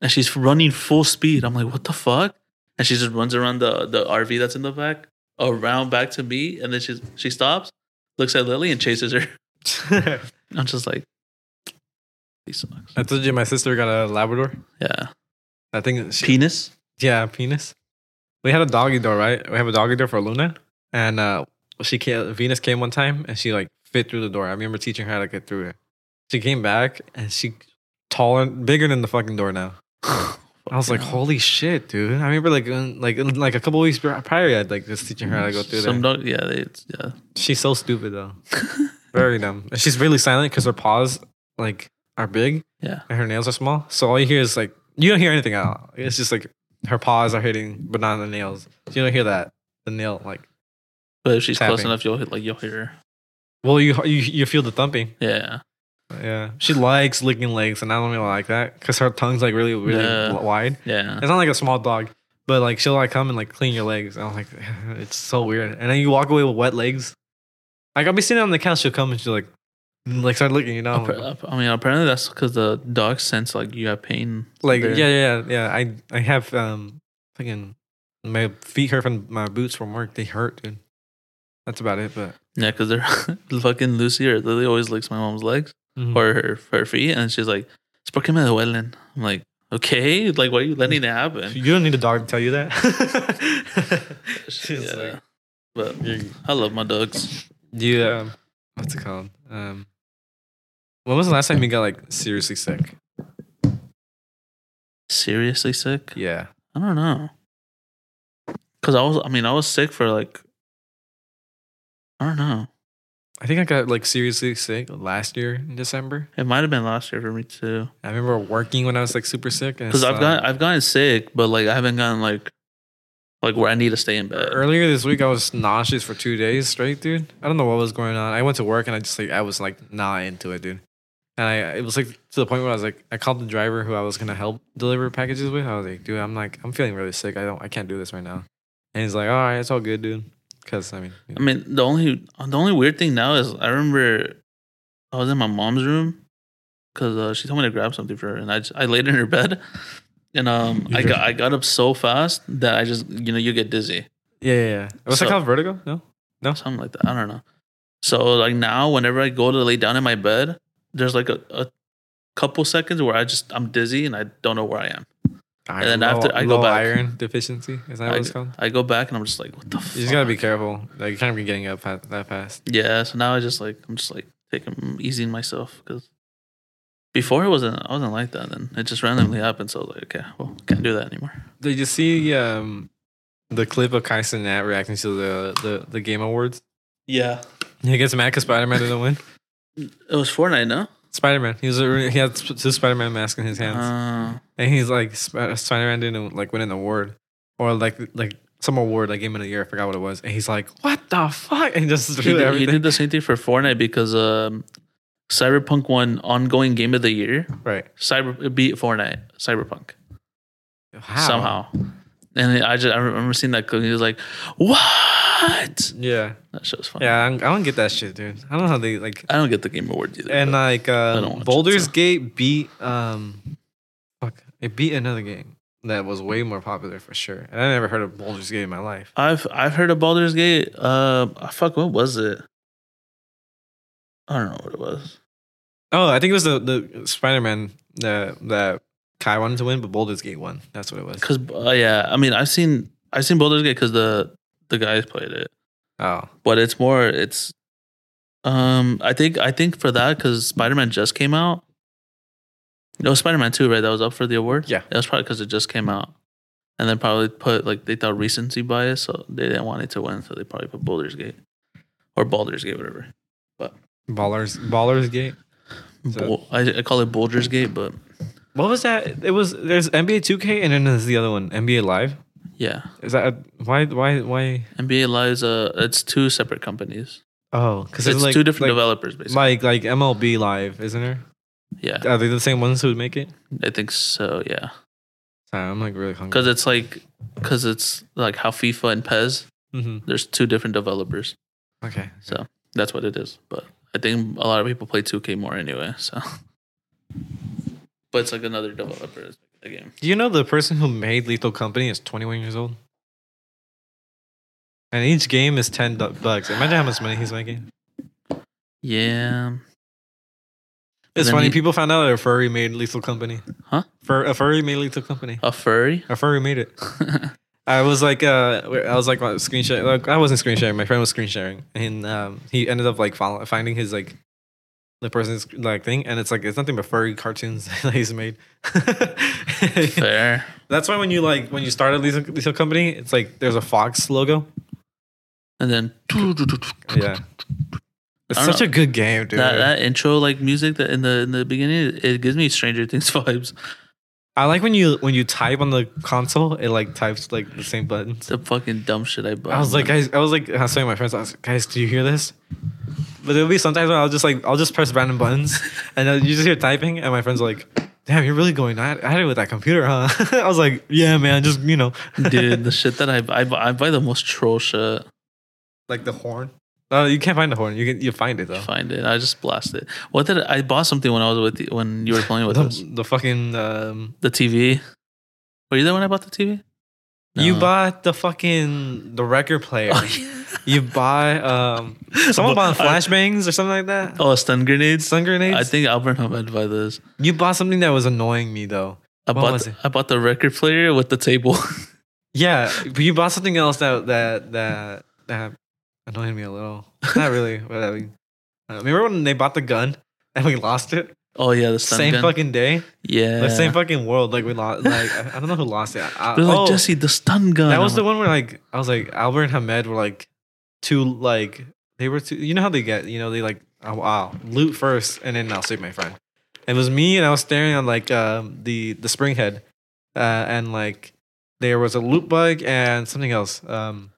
A: and she's running full speed. I'm like, what the fuck? And she just runs around the the RV that's in the back, around back to me, and then she she stops, looks at Lily, and chases her. <laughs>
B: Mm.
A: I'm just like, these sucks.
B: <laughs> I told you my sister got a Labrador.
A: Yeah.
B: I think she,
A: Penis.
B: Yeah, penis. We had a doggy door, right? We have a doggy door for Luna, and uh, she came, Venus came one time, and she like fit through the door. I remember teaching her how to get through it. She came back, and she taller, bigger than the fucking door now. I was like, holy shit, dude! I remember like in- like like a couple weeks prior, I'd like just teaching her how to go through
A: Some
B: there.
A: dog. Yeah. They, it's- yeah.
B: She's so
A: <laughs>
B: stupid though, very dumb. And she's really silent because her paws like are big,
A: Yeah.
B: and her nails are small. So all you hear is like you don't hear anything at all. It's just like her paws are hitting, but not the nails. So you don't hear that the nail like.
A: But if she's close
B: Tapping.
A: enough, you'll hit like you'll hear. her.
B: Well, you you you feel the thumping.
A: Yeah.
B: Yeah, she likes licking legs, and I don't really like that because her tongue's like really really
A: Yeah.
B: w- wide.
A: Yeah.
B: It's not like a small dog, but like she'll like come and like clean your legs. And I'm like, <sighs> it's so weird. And then you walk away with wet legs. Like I'll be sitting on the couch, she'll come and she'll like like start licking. You know, I'm like,
A: Appa- I mean, apparently that's because the dog sense like you have pain.
B: Like
A: there.
B: yeah, yeah, yeah. I I have um fucking my feet hurt from my boots from work. They hurt, dude. That's about it. But
A: Yeah, because they're <laughs> fucking Lucy or Lily always licks my mom's legs
B: Mm-hmm.
A: or her her feet, and she's like, "Es porque me duelen." I'm like, "Okay, like why are you letting it happen?"
B: you don't need a dog to tell
A: <laughs>
B: you that. <laughs> She's
A: yeah.
B: like-
A: but
B: You-
A: I love my dogs.
B: do you um, what's it called? Um, when was the last time you got like seriously sick?
A: Seriously sick?
B: Yeah,
A: I don't know. Cause I was, I mean, I was sick for like, I don't know.
B: I think I got like seriously sick last year in December.
A: It might have been last year for me too.
B: I remember working when I was like super sick. and it
A: Because I've
B: sucked.
A: gotten I've gotten sick, but like I haven't gotten like like where I need to stay in bed.
B: Earlier this week, I was nauseous for two days straight, dude. I don't know what was going on. I went to work and I just like I was like not into it, dude. And I it was like to the point where I was like I called the driver who I was gonna help deliver packages with. I was like, dude, I'm like I'm feeling really sick. I don't I can't do this right now. And he's like, all right, it's all good, dude. Because I mean, you
A: I
B: know.
A: mean, the only the only weird thing now is I remember I was in my mom's room because uh, she told me to grab something for her, and I just, I laid in her <laughs> bed, and um
B: You
A: I
B: just-
A: got I got up so fast that I just you know you get dizzy
B: yeah, yeah, yeah. Was
A: So-
B: that called vertigo? No.
A: something like that. I don't know. So like now, whenever I go to lay down in my bed, there's like a, a couple seconds where I just I'm dizzy and I don't know where I am.
B: Iron,
A: then after-
B: low,
A: I go
B: low
A: back.
B: iron deficiency. Is that what
A: I,
B: it's called?
A: I go back and I'm just like, what the?
B: You just gotta be careful. Like you can't be getting up fa- that fast.
A: Yeah, so now I just like I'm just like taking easing myself because before it wasn't I wasn't like that and it just
B: Mm.
A: randomly happened. So I was like, okay, well, can't do that anymore.
B: Did you see um, the clip of Kai Sinat reacting to the, the, the Game Awards?
A: Yeah,
B: He gets mad because Spider Man didn't win.
A: it was Fortnite, no?
B: Spider Man. He was a, he had sp- two Spider Man masks in his hands, <laughs>
A: Uh,
B: and he's like Spider Man didn't like win an award or like like some award like Game of the Year. I forgot what it was, and he's like, "What the fuck?" And just
A: he,
B: threw
A: did, he
B: everything.
A: did the same thing for Fortnite because um, Cyberpunk won ongoing game of the year.
B: right
A: Cyber it beat Fortnite, Cyberpunk
B: How?
A: somehow, and I just I remember seeing that clip. and He was like, "What?"
B: Yeah,
A: That show's funny.
B: yeah. I don't- I don't get that shit, dude. I don't know how they like.
A: I don't get the Game Awards either.
B: And
A: but
B: like
A: don't watch
B: uh,
A: it,
B: Boulder's
A: so.
B: Gate beat um, fuck, it beat another game that was way more popular for sure. And I never heard of Boulder's Gate in my life.
A: I've I've heard of Baldur's Gate. Uh, ah, fuck, what was it? I don't know what it was.
B: Oh, I think it was the, the Spider Man that that Kai wanted to win, but Boulder's Gate won. That's what it was.
A: Cause uh, yeah, I mean, I've seen I've seen Baldur's Gate because the the guys played it,
B: Oh,
A: but it's more it's. Um, I think I think for that because Spider Man just came out. No, Spider Man Two, right? That was up for the award.
B: Yeah.
A: it was probably because it just came out, and then probably put like they thought recency bias, so they didn't want it to win, so they probably put Baldur's Gate or Baldur's Gate, whatever.
B: Ballers Ballers Gate. So-
A: Bo- I, I call it Baldur's Gate, but
B: What was that? It was there's NBA 2K and then there's the other one NBA Live.
A: Yeah,
B: Is that why why why?
A: NBA Live's uh, it's two separate companies.
B: Oh, because
A: It's
B: like,
A: two different
B: like,
A: developers, basically.
B: like like MLB Live, isn't there?
A: Yeah,
B: Are they the same ones who would make it?
A: I think so. Yeah,
B: Sorry, I'm like really hungry.
A: because it's like because it's like how FIFA and PES.
B: hmm
A: There's two different developers,
B: Okay.
A: so that's what it is. But I think a lot of people play 2K more anyway. So, but it's like another developer that's making the game.
B: Do you know the person who made Lethal Company is 21 years old? And each game is 10 du- bucks. Imagine how much money he's making.
A: Yeah,
B: It's
A: then
B: funny.
A: he-
B: people found out that a furry made Lethal Company.
A: Huh?
B: Fur- a furry made Lethal Company.
A: a furry. <laughs>
B: A furry made it. I was like, uh, I was like uh, screen sharing. Like, I wasn't screen sharing. My friend was screen sharing, and um, he ended up like follow- finding his like the person's like thing, and it's like it's nothing but furry cartoons <laughs> that he's made.
A: Fair.
B: That's why when you like when you started Lethal, Lethal Company, it's like there's a fox logo.
A: And then
B: <laughs> Yeah, it's
A: I don't
B: such
A: know.
B: a good game, dude.
A: that, that intro like music that in the in the beginning it gives me Stranger Things <laughs> vibes.
B: I like when you when you type on the console, it like types like the same buttons.
A: The fucking dumb shit I bought.
B: I was like, guys, I was like, I was telling my friends, I was like, guys, do you hear this? But there'll be sometimes when I'll just like, I'll just press random buttons and then you just hear typing, and my friends are like, damn, you're really going at at it with that computer, huh? <laughs> I was like, yeah, man, just, you know,
A: dude, the shit that I I, bu- I buy the most troll shit.
B: like the horn. No, Uh, you can't find the horn. You can you find it though.
A: Find it. I just blast it. What did I, I bought something when I was with you, when you were playing with us?
B: The, the fucking um,
A: The TV. Were you there when I bought the TV?
B: you
A: <laughs>
B: <laughs>
A: No.
B: bought the fucking the record player.
A: <laughs> Oh, yeah.
B: You bought um, someone bought
A: <laughs> I-
B: flashbangs or something like that.
A: Oh, stun grenades.
B: Sun grenades.
A: I think Albert Hammond buy this.
B: you bought something that was annoying me though.
A: I
B: What
A: bought
B: was
A: the-
B: it?
A: I bought the record player with the table. <laughs>
B: Yeah, but you bought something else that that that that annoyed me
A: <laughs>
B: a little. Not really, but I mean, uh, remember when they bought the gun and we lost it?
A: oh yeah, the stun
B: same
A: gun.
B: fucking day,
A: yeah.
B: the same fucking world. Like we lost. Like I I don't know who lost it. I,
A: They're like
B: oh,
A: Jesse, the stun gun.
B: that
A: I'm
B: was the
A: like,
B: one where like I was like Albert and Hamed were like two like they were two. You know how they get? You know they like oh, wow loot first and then I'll save my friend. It was me and I was staring at like um, the the spring head, uh, and like there was a loot bug and something else. Um,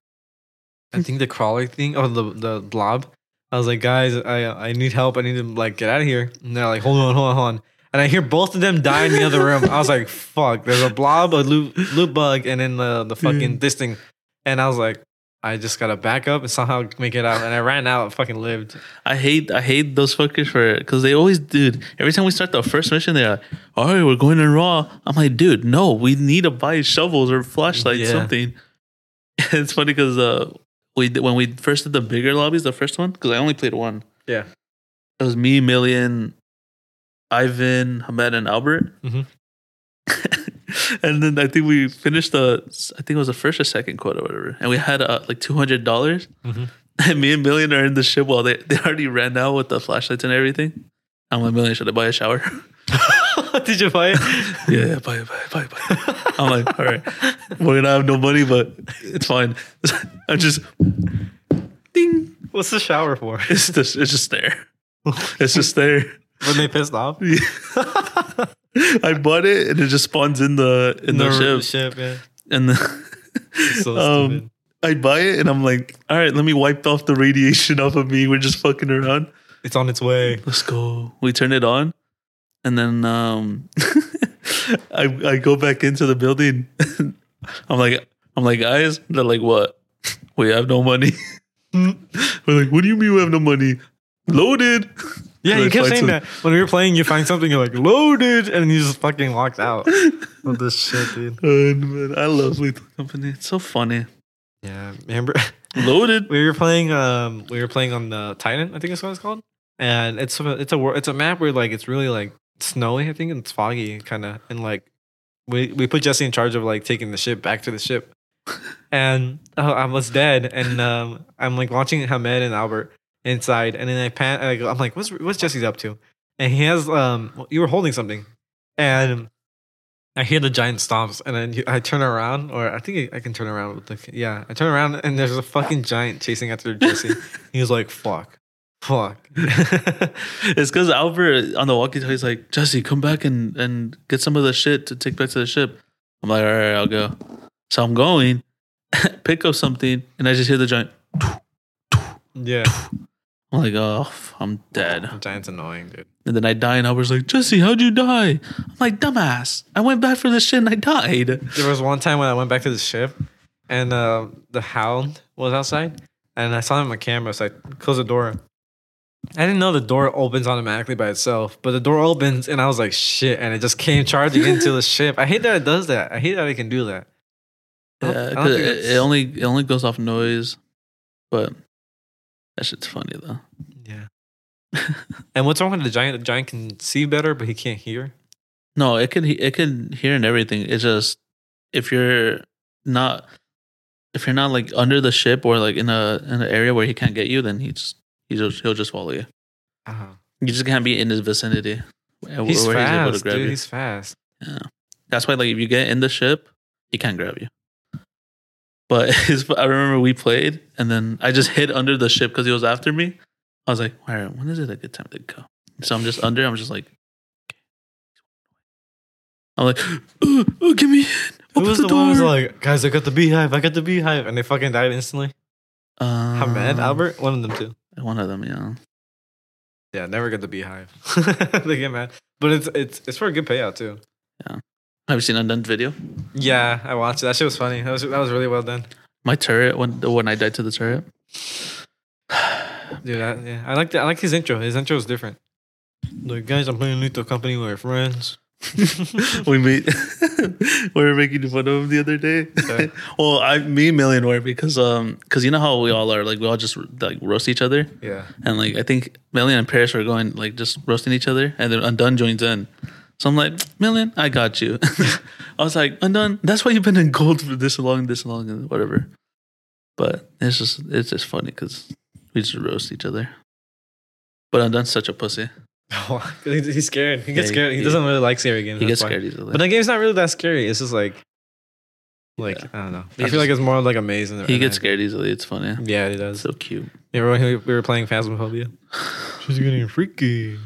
B: I think the crawler thing or the the blob. I was like, guys, I I need help. I need to like get out of here. And they're like, hold on, hold on, hold on. And I hear both of them die in the other room. I was like, fuck. There's a blob, a loot, loot bug, and then the the fucking this thing. And I was like, I just gotta back up and somehow make it out. And I ran out. and Fucking lived.
A: I hate I hate those fuckers for because they always dude. Every time we start the first mission, they're like, "All right, we're going in raw." I'm like, dude, no, we need to buy shovels or flashlights,
B: Yeah.
A: something. <laughs> it's funny because uh, we did- when we first did the bigger lobbies, the first one, because I only played one.
B: Yeah.
A: it was me, Million, Ivan, Hamed, and Albert.
B: Mhm.
A: <laughs> and then I think we finished the I think it was the first or second quote or whatever, and we had uh, like two hundred dollars. <laughs> And me and Million are in the ship while they, <laughs> they already ran out with the flashlights and everything. I'm like, Million, should I buy a shower?
B: <laughs>
A: <laughs>
B: Did you buy it?
A: yeah, yeah, buy it, buy it, buy it, buy it. <laughs> I'm like, all right, we're gonna have no money, but it's fine. <laughs> I'm just, ding.
B: What's the shower for?
A: It's just, it's just <laughs> there. It's just there.
B: when they pissed off
A: Yeah. <laughs> I bought it and it just spawns in the in the, ship.
B: yeah.
A: And <laughs> the,
B: So
A: Um,
B: stupid.
A: I buy it and I'm like, all right, let me wipe off the radiation <laughs> off of me. We're just fucking around.
B: It's on its way.
A: let's go. We turned it on, and then um, <laughs> I I go back into the building. <laughs> I'm like I'm like guys, they're like what? <laughs> We have no money. <laughs> We're like, what do you mean we have no money? Loaded. <laughs>
B: Yeah, you
A: Like,
B: kept
A: find
B: saying
A: some-
B: that. When we were playing, you find something, you're like, loaded, and you just fucking walked <laughs> out. With this shit, dude.
A: And, man, I love Lethal Company. It's so funny.
B: Yeah, remember
A: Loaded.
B: we were playing. Um, we were playing on the Titan. I think that's what it's called. And it's a, it's a wor- it's a map where like it's really like snowy. I think and it's foggy kind of. And like we we put Jesse in charge of like taking the ship back to the ship. And oh, I was dead. And um, I'm like watching Hamed and Albert inside. And then I pan. I go, I'm like, what's what's Jesse's up to? And he has um, you were holding something, and. I hear the giant stomps, and then you- I turn around, or I think I I can turn around with the yeah. I turn around, and there's a fucking giant chasing
A: <laughs>
B: after Jesse. he was like, "Fuck, fuck." <laughs>
A: It's because Albert on the walkie-talkie is like, Jesse, come back and, and get some of the shit to take back to the ship. I'm like, all right, I'll go. So I'm <laughs> going, pick up something, and I just hear the giant.
B: yeah,
A: I'm like, oh, f- I'm dead.
B: Giant's annoying, dude.
A: And then I die, and Albert's like, Jesse, how'd you die? I'm like, dumbass. I went back for this shit and I died.
B: There was one time when I went back to the ship, and uh, the hound was outside, and I saw him on camera, so I closed the door. I didn't know the door opens automatically by itself, but the door opens, and I was like, "Shit!" And it just came charging
A: <laughs>
B: into the ship. I hate that it does that. I hate that it can do that. I don't-
A: Yeah,
B: I don't
A: 'cause
B: think
A: it,
B: it's-
A: it only it only goes off noise, but that shit's funny though.
B: <laughs> Yeah. and what's wrong with the giant? The giant can see better, but he can't hear.
A: No, it can it can hear and everything. It's just if you're not if you're not like under the ship or like in a in an area where he can't get you, then he just he just he'll just follow you.
B: Uh-huh.
A: You just can't be in his vicinity. where-
B: He's
A: where
B: fast, dude.
A: you.
B: He's fast.
A: That's why like if you get in the ship, he can't grab you. But <laughs> his, I remember we played, and then I just hid under the ship because he was after me. I was like, "All right, when is it a good time to go?" So I'm just under. I'm just like, I'm like, <gasps> "Ooh, ooh, give me in.
B: Who
A: Open
B: was
A: the,
B: the,
A: door."
B: one who was like, "Guys, I got the beehive. I got the beehive," and they fucking died instantly?
A: um,
B: Hamed, Albert, one of them too.
A: One of them, yeah.
B: Yeah, never got the beehive. <laughs> they get mad, but it's it's it's for a good payout too.
A: Have you seen Undone's video?
B: Yeah, I watched it. That shit was funny. That was that was really well done,
A: My turret when when I died to the turret.
B: dude. I, yeah, I like that. I like his intro. His intro is different. Like, guys, I'm playing Lethal Company. We're friends.
A: <laughs> we made we were making fun of him the other day.
B: Yeah.
A: <laughs> well, I me Million were because um because you know how we all are like we all just like roast each other
B: yeah, <laughs>
A: and like I think Million and Paris were going like just roasting each other and then Undone joins in. So I'm like Million, I got you. <laughs> I was like Undone, that's why you've been in gold for this long, this long, and whatever. But it's just it's just funny because we just roast each other. But Undone's such a pussy.
B: He- he's scared. He gets
A: Yeah,
B: scared. He,
A: he-
B: doesn't really like scary games.
A: He
B: that's
A: gets
B: why.
A: scared easily.
B: But that game's not really that scary. It's just like, like
A: Yeah.
B: I don't know. I
A: He's
B: feel like it's more like a maze.
A: he gets scared easily. It's funny.
B: Yeah, he
A: It's
B: does.
A: so cute.
B: You remember when we were
A: <sighs>
B: playing Phasmophobia? She's getting freaky.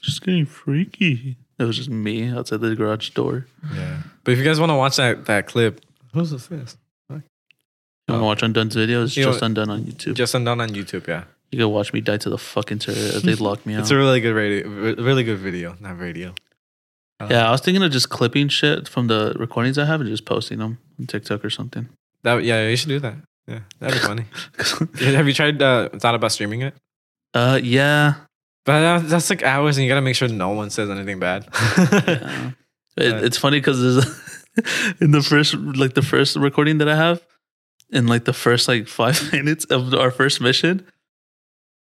A: Just getting freaky. It was just me outside the garage door.
B: Yeah. But if you guys want to watch that that clip, who's this?
A: You want to watch Undone's video? It's
B: You know
A: just
B: what?
A: Undone on YouTube.
B: Just undone on YouTube. Yeah,
A: you can watch me die to the fucking turret as
B: <laughs>
A: they lock me out.
B: it's a really good radio. re- Really good video, not radio.
A: yeah, I was thinking of just clipping shit from the recordings I have and just posting them on TikTok or something. <laughs>
B: That yeah, you should do that. Yeah, that'd be funny. Have you tried uh, thought about streaming it?
A: uh, yeah.
B: But uh, that's like hours, and you gotta make sure no one says anything bad. <laughs>
A: yeah. It, it's funny because <laughs> in the first, like the first recording that I have, in like the first like five <laughs> minutes of our first mission,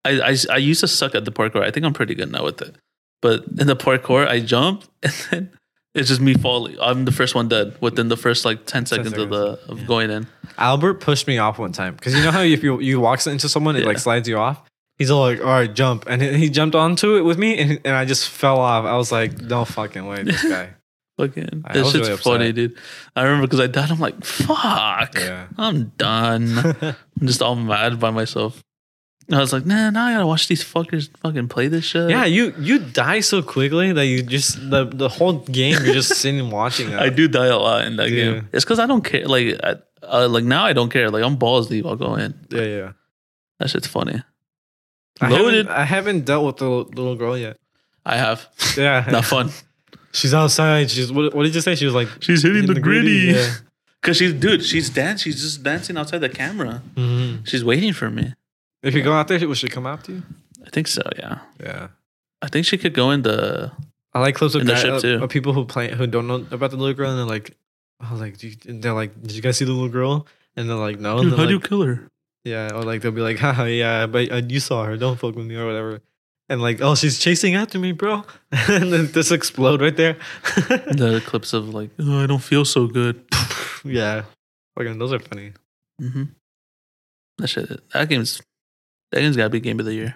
A: I, I I used to suck at the parkour. I think I'm pretty good now with it. But in the parkour, I jumped <laughs> and then it's just me falling. I'm the first one dead within the first like ten seconds, of the of going in.
B: Albert pushed me off one time because you know how if you you walk into someone, it like
A: Yeah.
B: slides you off. He's all like, "All right, jump," and he, he jumped onto it with me, and, and I just fell off. I was like, "No fucking way, this
A: <laughs>
B: guy."
A: Fucking,
B: I
A: this
B: was
A: shit's
B: really
A: funny,
B: upset.
A: dude. I remember because I died. I'm like, fuck,
B: Yeah.
A: I'm
B: <laughs>
A: done. I'm just all mad by myself. And I was like, nah, now I gotta watch these fuckers fucking play this shit.
B: yeah, you you die so quickly that you just the the whole game you're just sitting and
A: <laughs>
B: watching. That.
A: I do die a lot in that
B: Yeah.
A: game. It's because I don't care. Like, I, uh, like now I don't care. Like I'm balls deep. I'll go in.
B: Yeah, yeah.
A: That shit's funny.
B: I
A: Loaded.
B: haven't, I haven't dealt with the little- little girl yet.
A: I have
B: Yeah,
A: <laughs> not fun.
B: she's outside. She's what, what did you say? She was like
A: She's hitting the, gritty. <laughs>
B: Yeah.
A: Cause she's dude. She's dance. She's just dancing outside the camera.
B: Mhm.
A: She's waiting for me.
B: If you go out there, will she come after you?
A: I think so. Yeah.
B: Yeah.
A: I think she could go in the.
B: I like clips of,
A: In the
B: guy-
A: ship,
B: of-
A: too.
B: of people who play who don't know about the little girl and they're like, oh, like do you, and they're like, did you guys see the little girl? And they're like, no. And
A: Dude,
B: they're
A: how do you
B: like,
A: kill her?
B: yeah, or like they'll be like, haha, yeah, but uh, you saw her. Don't fuck with me or whatever. And like, oh, she's chasing after me, bro. <laughs> and then just explode right there. <laughs>
A: The clips of like, oh, I don't feel so good.
B: yeah, fucking those are funny.
A: hmm That shit. That game's. That game's gotta be game of the year.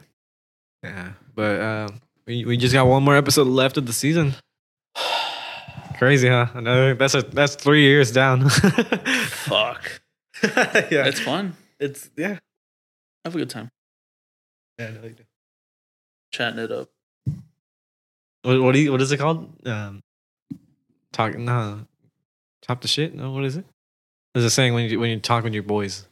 B: Yeah, but um, we we just got one more episode left of the season. <sighs> Crazy, huh? Another that's a that's three years down. <laughs>
A: Fuck.
B: yeah,
A: It's fun.
B: it's yeah.
A: Have a good time.
B: yeah no, you do.
A: Chatting it up.
B: What what, do you, what is it called? Um, talk no, top the shit. No, what is it? There's a saying when you when you talk with your boys.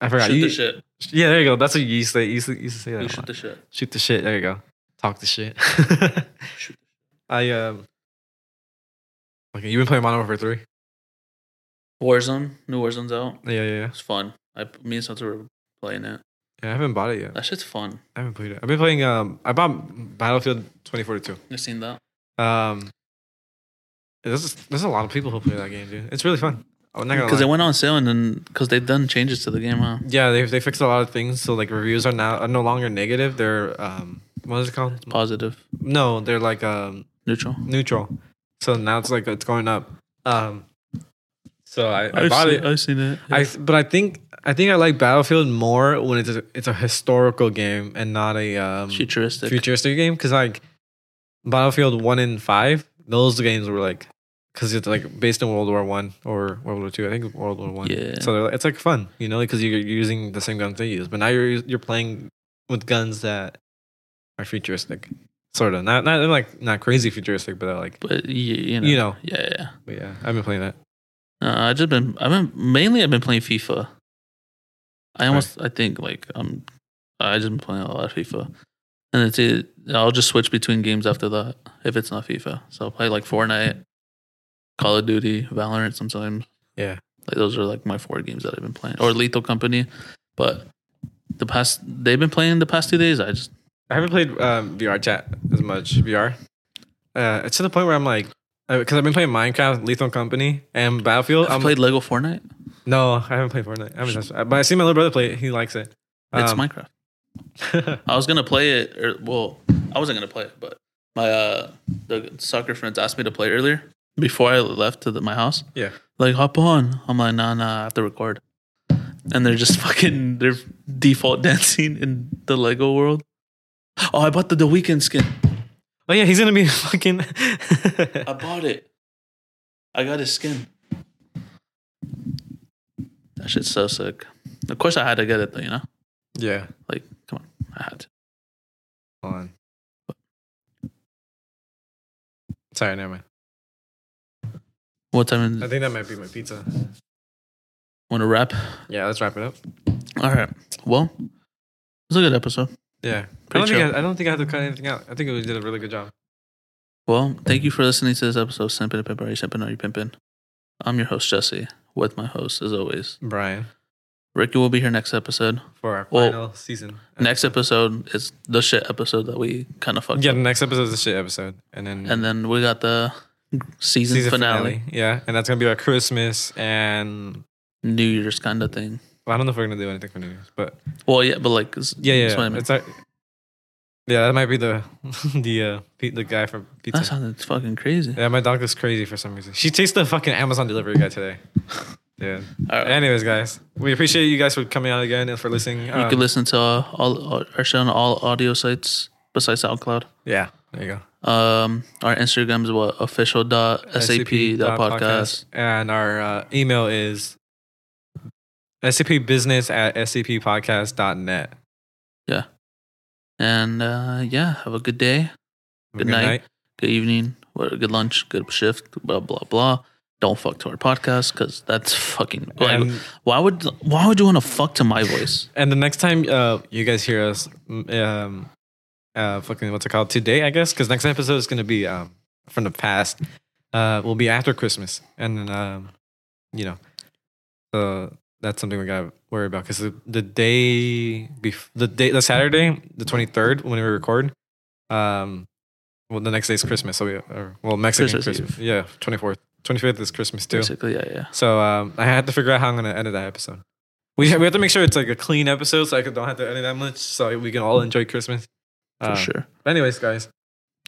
B: I forgot.
A: shoot
B: You-
A: the shit.
B: Yeah, there you go. That's what you used to, used to, used to say. That a
A: You
B: lot.
A: shoot the shit.
B: Shoot the shit. There you go. Talk the shit.
A: Shoot.
B: <laughs> I um. Okay, you've been playing Modern Warfare three.
A: Warzone. New Warzone's out.
B: Yeah, yeah, yeah.
A: It's fun. I me and Spencer were playing it.
B: Yeah, I haven't bought it yet.
A: That shit's fun.
B: I haven't played it. I've been playing. Um, I bought Battlefield twenty forty two.
A: You seen that?
B: Um, there's there's a lot of people who play that game, dude. It's really fun. I'm not gonna
A: Because
B: lie.
A: it went on sale and then because they've done changes to the game, huh?
B: yeah, they they fixed a lot of things. So like reviews are now are no longer negative. They're um, what is it called?
A: Positive,
B: No, they're like um
A: neutral.
B: neutral. So now it's like it's going up. Um, so I, I bought it.
A: I've seen it.
B: I but I think I think I like Battlefield more when it's a, it's a historical game and not a um,
A: futuristic.
B: futuristic game because like Battlefield one and five, those games were like because it's like based in World War One or World War Two. I think World War One.
A: Yeah.
B: So they're, like- it's like fun, you know, because you're using the same guns they use, but now you're you're playing with guns that are futuristic, sort of. Not not like not crazy futuristic, but they're like
A: but y- you know,
B: you know.
A: yeah, yeah.
B: But yeah, I've been playing that.
A: Uh, I just been. I've been mainly. I've been playing FIFA. I almost. I think like um, I just been playing a lot of FIFA, and it's it. I'll just switch between games after that if it's not FIFA. So I'll play like Fortnite, Call of Duty, Valorant sometimes.
B: Yeah.
A: like those are like my four games that I've been playing, or Lethal Company. But the past they've been playing the past two days. I just
B: I haven't played um, VR chat as much VR. Uh, it's to the point where I'm like, because I've been playing Minecraft, Lethal Company, and Battlefield.
A: I've
B: I'm,
A: played Lego Fortnite.
B: No, I haven't played Fortnite. I haven't touched it. But I see my little brother play it. He likes it.
A: It's
B: <laughs> Um,
A: Minecraft. I was gonna play it, or well, I wasn't gonna play it, but my uh, the soccer friends asked me to play earlier before I left to the, my house.
B: Yeah.
A: like hop on. I'm like, nah, nah, I have to record. And they're just <laughs> fucking they're default dancing in the Lego world. Oh, I bought the the weekend skin.
B: oh yeah, he's gonna be <laughs> fucking.
A: I bought it. I got his skin. That shit's so sick. Of course, I had to get it though. You know,
B: yeah.
A: like come on, I had to.
B: Hold on. Sorry, never mind.
A: What time?
B: I
A: Is,
B: think that might be my pizza.
A: want to wrap?
B: Yeah, let's wrap it up.
A: All right. Well, it's a good episode.
B: Yeah. I don't,
A: Pretty
B: think
A: chill.
B: I, I don't think I had to cut anything out. I think we did a really good job.
A: Well, thank you for listening to this episode of Simpin' and Pimpin'. Are you simpin'? Are you pimpin'? I'm your host, Jesse, with my host, as always.
B: Brian,
A: Ricky will be here next episode.
B: for our
A: Well,
B: final season.
A: Next episode is the shit episode that we kind of fucked
B: Uh, Yeah,
A: up.
B: the next episode is the shit episode. And then
A: And then we got the season, finale,
B: Yeah. And that's gonna be our Christmas and
A: New Year's kind of thing.
B: well, I don't know if we're gonna do anything for New Year's, but
A: Well, yeah, but like, it's-
B: Yeah, yeah.
A: that's what I mean.
B: It's our, yeah, that might be the <laughs> the uh, pe- the guy from
A: That
B: pizza.
A: sounded fucking crazy.
B: Yeah, my dog is crazy for some reason. She chased the fucking Amazon delivery
A: <laughs>
B: guy today. Yeah.
A: All right.
B: Anyways, guys, we appreciate you guys for coming out again and for listening.
A: you
B: Um,
A: can listen to uh, all, all our show on all audio sites besides SoundCloud.
B: Yeah. There you go.
A: Um, our Instagram is what official dot sap dot podcast.
B: And our uh, email is scpbusiness at scppodcast.net.
A: And uh, yeah, have a good day,
B: Have a
A: Good night. good evening, what- good lunch, good shift, blah blah blah. Don't fuck to our podcast because that's fucking. Like,
B: And,
A: why would why would you want to fuck to my
B: <laughs>
A: voice?
B: and the next time uh, you guys hear us, mm, um, uh, fucking what's it called today? I guess because next episode is gonna be um, from the past. Uh, will be after Christmas, and then um, you know, uh, that's something we gotta worry about because the, the day bef- the day the Saturday the twenty third when we record, um, well the next day is Christmas, so we or, well Mexican
A: Christmas
B: Christmas, yeah twenty fourth twenty fifth is Christmas too.
A: Basically, yeah, yeah.
B: So um, I had to figure out how I'm gonna edit that episode. We we have to make sure it's like a clean episode, so I could- don't have to edit that much, so we can all enjoy Christmas.
A: For
B: Uh,
A: sure.
B: but anyways, guys.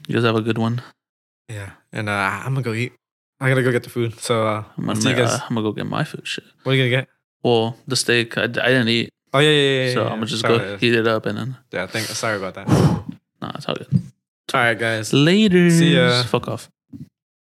A: You guys have a good one.
B: Yeah, and uh, I'm gonna go eat. I gotta go get the food. So uh,
A: I'm
B: I'll
A: gonna,
B: see you guys.
A: uh, I'm gonna go get my food. Shit.
B: What are you gonna get?
A: Well, the steak I, I didn't eat,
B: Oh yeah, yeah, yeah. yeah,
A: so
B: yeah.
A: I'm gonna just
B: sorry,
A: go heat it up and then. <sighs>
B: Yeah, thank. Sorry about that.
A: nah, it's all good.
B: All right, guys.
A: Later.
B: ya.
A: Fuck off.